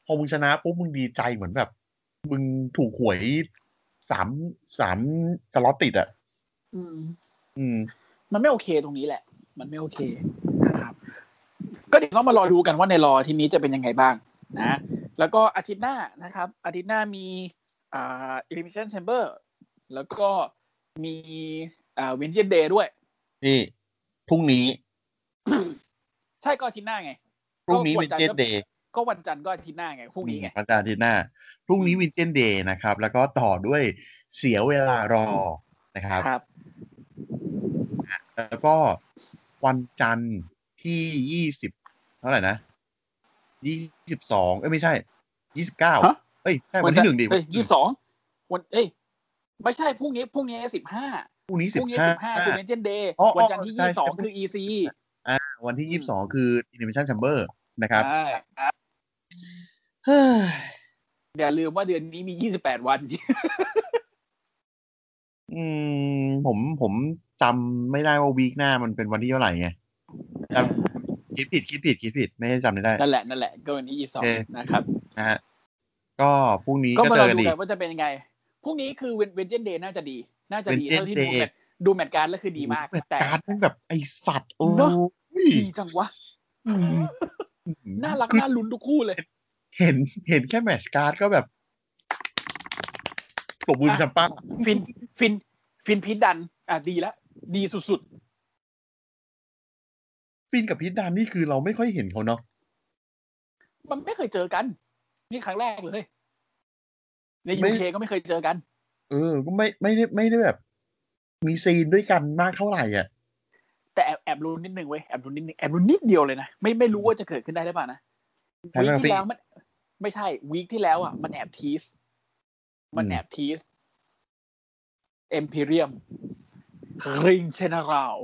Speaker 2: พอมึงชนะปุ๊บมึงดีใจเหมือนแบบ มึงถูกหวยสามสามสล็อตติดอ่ะ
Speaker 3: อืม
Speaker 2: อืม
Speaker 3: มันไม่โอเคตรงนี้แหละ มันไม่โอเคนะครับ ก็เดี๋ยวต้องมารอดูกันว่าในรอทีนี้จะเป็นยังไงบ้างนะ แล้วก็อาทิตย์หน้านะครับ อาทิตย์หน้ามีอ่า elimination chamber แล้วก็มีอ่า vengeance day ด้วย
Speaker 2: นี่พรุ่งนี้
Speaker 3: ใช่ก็อาทิตย์หน้าไง
Speaker 2: พรุ่งนี้
Speaker 3: ก็วั
Speaker 2: วิ
Speaker 3: น
Speaker 2: น
Speaker 3: จันทร์
Speaker 2: เจนเดย์
Speaker 3: ก็วันจันทร์ก็อาทิตย์หน้าไงพรุ่งนี้ไง
Speaker 2: อาจารย์ทีหน้าพรุ่งนี้วินเจนเดย์นะครับ แล้วก็ต่อด้วยเสียเวลารอนะครับ
Speaker 3: ครับ
Speaker 2: แล้วก็วันจันทร์ที่ยี่สิบเท่าไหร่นะยี่สิบสองเอ้ยไม่ใช่ยี่สิบเก้า
Speaker 3: ฮะ
Speaker 2: เอ้ยใช่วันที่หนึ่งดิ
Speaker 3: เอ้ยยี่สิบสองวันเอ้ยไม่ใช่พรุ่งนี้พรุ่งนี้สิบห้า
Speaker 2: พรุ่งนี้
Speaker 3: พ
Speaker 2: สิบ
Speaker 3: รุ่งนี้
Speaker 2: ห้า
Speaker 3: สิบห้าคือ vengeance day
Speaker 2: อ๋อ
Speaker 3: วันจันทร์ที่
Speaker 2: ใช่
Speaker 3: ยี่สิบสอง
Speaker 2: ใช่
Speaker 3: คือ ec
Speaker 2: วันที่ยี่สิบสองคือ Animation Chamber นะครับ
Speaker 3: ใช่
Speaker 2: เฮ้ย
Speaker 3: อย่าลืมว่าเดือนนี้มี 28 วัน
Speaker 2: อืมผมผมจำไม่ได้ว่าวีคหน้ามันเป็นวันที่เท่าไหร่ไงจำคิดผิดคิดผิดคิดผิด ไม่ได้จำไม่ได้
Speaker 3: นั่นแหละ นั่นแหละ ก็วันที่
Speaker 2: โอเค
Speaker 3: 22 นะครับ
Speaker 2: นะฮะก็พรุ่งนี้
Speaker 3: ก็
Speaker 2: ก็
Speaker 3: มา
Speaker 2: เจ
Speaker 3: ลอ
Speaker 2: อกัน
Speaker 3: ดู
Speaker 2: อี
Speaker 3: กั
Speaker 2: ก
Speaker 3: นว่าจะเป็นยังไง พรุ่งนี้คือเวนเวนเจนเดย์น่าจะดี น่าจะดี
Speaker 2: Wednesday
Speaker 3: เท่าที่ดูแมตช์ดูแมตช์การดแล้วคือดีมาก
Speaker 2: แบบ
Speaker 3: แต่
Speaker 2: การดมันแบบไอสัตว์โอ้
Speaker 3: เนอะ
Speaker 2: ย
Speaker 3: ดีจัง
Speaker 2: <laughs>
Speaker 3: วะ น่ารัก
Speaker 2: คือ
Speaker 3: น่าลุ้นทุกคู่เลย
Speaker 2: เห็นเห็นแค่แมชการ์ดก็แบบตบมือเป็นแชมป้า
Speaker 3: ฟิน ฟิน ฟินพีทดัน อ่ะ ดีแล้ว ดีสุด
Speaker 2: ฟินกับพิษดานนี่คือเราไม่ค่อยเห็นเขาเนาะ
Speaker 3: ๆ มันไม่เคยเจอกัน นี่ครั้งแรกเลย ในยูเคก็ไม่เคยเจอกัน
Speaker 2: เออ ก็ไม่ไม่ได้ไม่ได้แบบ มีซีนด้วยกันมากเท่าไหร่อ่ะ
Speaker 3: แต่แอบแอบลุ้นนิดนึงเว้ย แอบลุ้นนิดนึง แอบลุ้นนิดเดียวเลยนะ ไม่ไม่รู้ว่าจะเกิดขึ้นได้หรือเปล่านะ
Speaker 2: ทำ
Speaker 3: วี
Speaker 2: ไม
Speaker 3: ค
Speaker 2: อ่ะพี่
Speaker 3: ที่แล้วมัน ไม่ใช่วีคที่แล้วอ่ะ มันแอบทีส มันแอบทีสเอ็มพีเรียมริงเชนาราว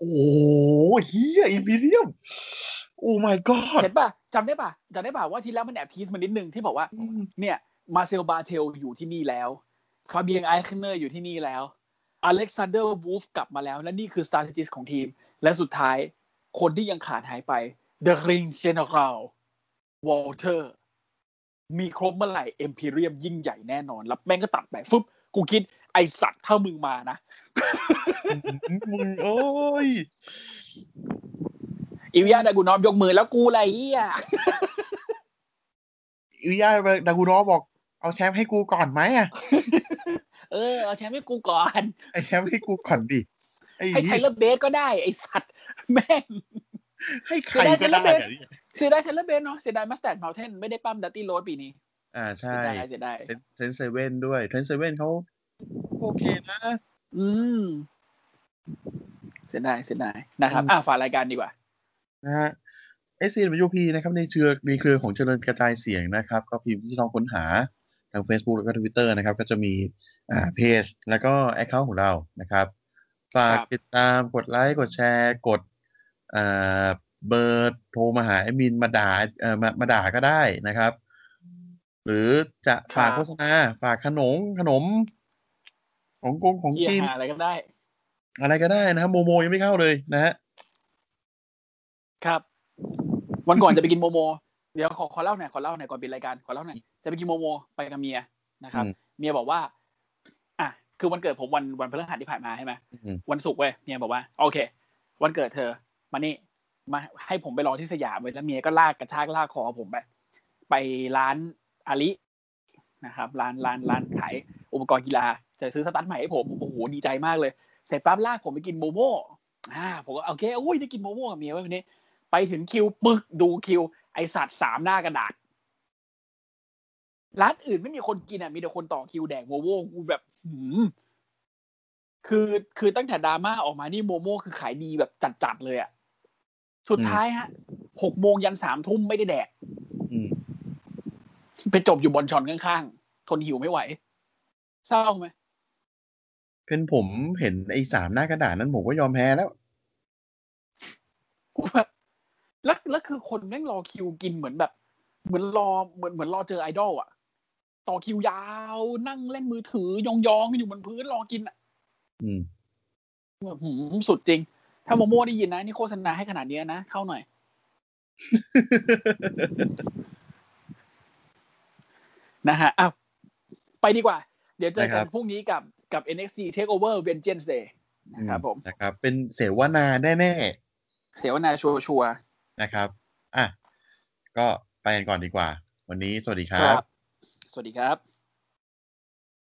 Speaker 2: โอ้ยเฮียอิมพีเรียม โอ้ my god
Speaker 3: เห็นป่ะจำได้ป่ะจำได้ป่ะว่าทีแล้วมันแอบทีสมานิดนึงที่บอกว่า
Speaker 2: อืม
Speaker 3: เนี่ยมาเซลบาเทลอยู่ที่นี่แล้วฟาเบียงไอคเนอร์อยู่ที่นี่แล้วอเล็กซานเดอร์วูฟกลับมาแล้ว และนี่คือ strategist ของทีม และสุดท้ายคนที่ยังขาดหายไป The Green General Walter มีครบเมื่อไหร่ Imperium ยิ่งใหญ่แน่นอน แล้วแม่งก็ตัดไปฟึบกูคิดไอสัตว์ถ้ามึงมานะ
Speaker 2: มึงโอ้ย
Speaker 3: อิวยาดากุนอมยกมือแล้วกูอะไรเฮีย
Speaker 2: อิยาดากูโนะบอก เอาแชมป์ให้กูก่อนไหมอะ
Speaker 3: เออเอาแชมป์ให้กูก่อน
Speaker 2: ไอแชมป์ให้กูก่อนดิไอ้
Speaker 3: ให้ไท
Speaker 2: เหี้ย
Speaker 3: เลอร์เบสก็ได้ไอสัตว์แม่ง
Speaker 2: ให้ใครก็ได้อะเนี่ย
Speaker 3: เสียดายเทเลเบนเนาะเสียดายมาสเตอร์เมาเทนไม่ได้ปั้มดัตตี้โรดปีนี้
Speaker 2: อ่า
Speaker 3: เสี
Speaker 2: ใช่
Speaker 3: ยดายเสียดาย
Speaker 2: เทรนเซเว่นด้วยเทรนเซเว่นเขาโอเคนะ
Speaker 3: อืมเสียดายเสียดายนะครับ อ่ะฝากรายการดีกว่า
Speaker 2: นะฮะ SCNWP นะครับในเชือในเครือของเจริญกระจายเสียงนะครับ ก็พิมพ์ที่ช่องค้นหาทาง Facebook แล้วก็ Twitter นะครับ ก็จะมีอ่าเพจ แล้วก็ Account ของเรานะครับฝาก
Speaker 3: ครับ
Speaker 2: ติดตามกดไลค์กดแชร์กดอ่าเบอร์โทรมาหาแอดมินมาด่าเอ่อมามาด่าก็ได้นะครับ หรือจะฝากโฆษณาฝากขนมขนม ของกงของ
Speaker 3: เกีย
Speaker 2: กิน
Speaker 3: หาอะไรก็ได้
Speaker 2: อะไรก็ได้นะครับโมโมยังไม่เข้าเลยนะฮะ
Speaker 3: ครับ วันก่อนจะไปกินโมโม เดี๋ยวขอขอเล่าหน่อยขอเล่าหน่อยก่อนปิดรายการขอเล่าหน่อยจะไปกินโมโมไปกับเมียนะครับ
Speaker 2: อืม
Speaker 3: เมียบอกว่า อ่ะคือวันเกิดผมวันวันพฤหัสที่ผ่านมาใช่ไหม
Speaker 2: อืม
Speaker 3: วันศุกร์เว้ยเมียบอกว่า โอเค วันเกิดเธอมานี่มาให้ผมไปรอที่สยามเว้ยแล้วเมียก็ลากกระชากลากคอผมไป ไปร้านอาลินะครับ ร้านร้านร้านขายอุปกรณ์กีฬาจะซื้อสตั๊ดใหม่ให้ผมโอ้โหดีใจมากเลย เสร็จปั๊บลากผมไปกินโมโม่อ่าผมก็โอเคโอ้ยได้กินโมโม่กับเมียไว้ยวันนี้ ไปถึงคิวปึกดูคิว ไอสัตว์สามหน้ากระดาษ ร้านอื่นไม่มีคนกินอ่ะ มีแต่คนต่อคิวแดกโมโม่กูแบบหืมคือคือตั้งแต่ดราม่าออกมานี่โมโม่คือขายดีแบบจัดๆเลยอ่ะ สุดท้ายฮะหกโมงยันสามทุ่มไม่ได้แดก
Speaker 2: อืม
Speaker 3: ไปจบอยู่บนชอนข้างๆ ทนหิวไม่ไหว เศร้าไหม
Speaker 2: เป็นผมเห็นไอ้สามหน้ากระดาษนั้นผมก็ยอมแพ้แล้ว
Speaker 3: กูแบบแล้วแล้วคือคนแม่งรอคิวกินเหมือนแบบ เหมือนรอเหมือนเหมือนรอเจอไอดอลอะต่อคิวยาวนั่งเล่นมือถือยองๆกันอยู่บนพื้นรอกินอะ
Speaker 2: อืม
Speaker 3: แบบหืมสุดจริง ถ้าโมโม่ได้ยินนะ นี่โฆษณาให้ขนาดเนี้ยนะ เข้าหน่อย นะฮะอ่ะไปดีกว่า เดี๋ยวเจอ
Speaker 2: ได้ค
Speaker 3: กั
Speaker 2: รั
Speaker 3: น
Speaker 2: บ
Speaker 3: พรุ่งนี้กับกับ NXT Takeover Vengeance Day <laughs> นะครับผม
Speaker 2: นะครับ เป็นเสวนาแน่
Speaker 3: เสวนาชัวชัวร์
Speaker 2: ๆนะครับ อ่ะ ก็ไปกันก่อนดีกว่า วันนี้สวัสดีค
Speaker 3: ๆ
Speaker 2: รับ
Speaker 3: สวัสดีครับ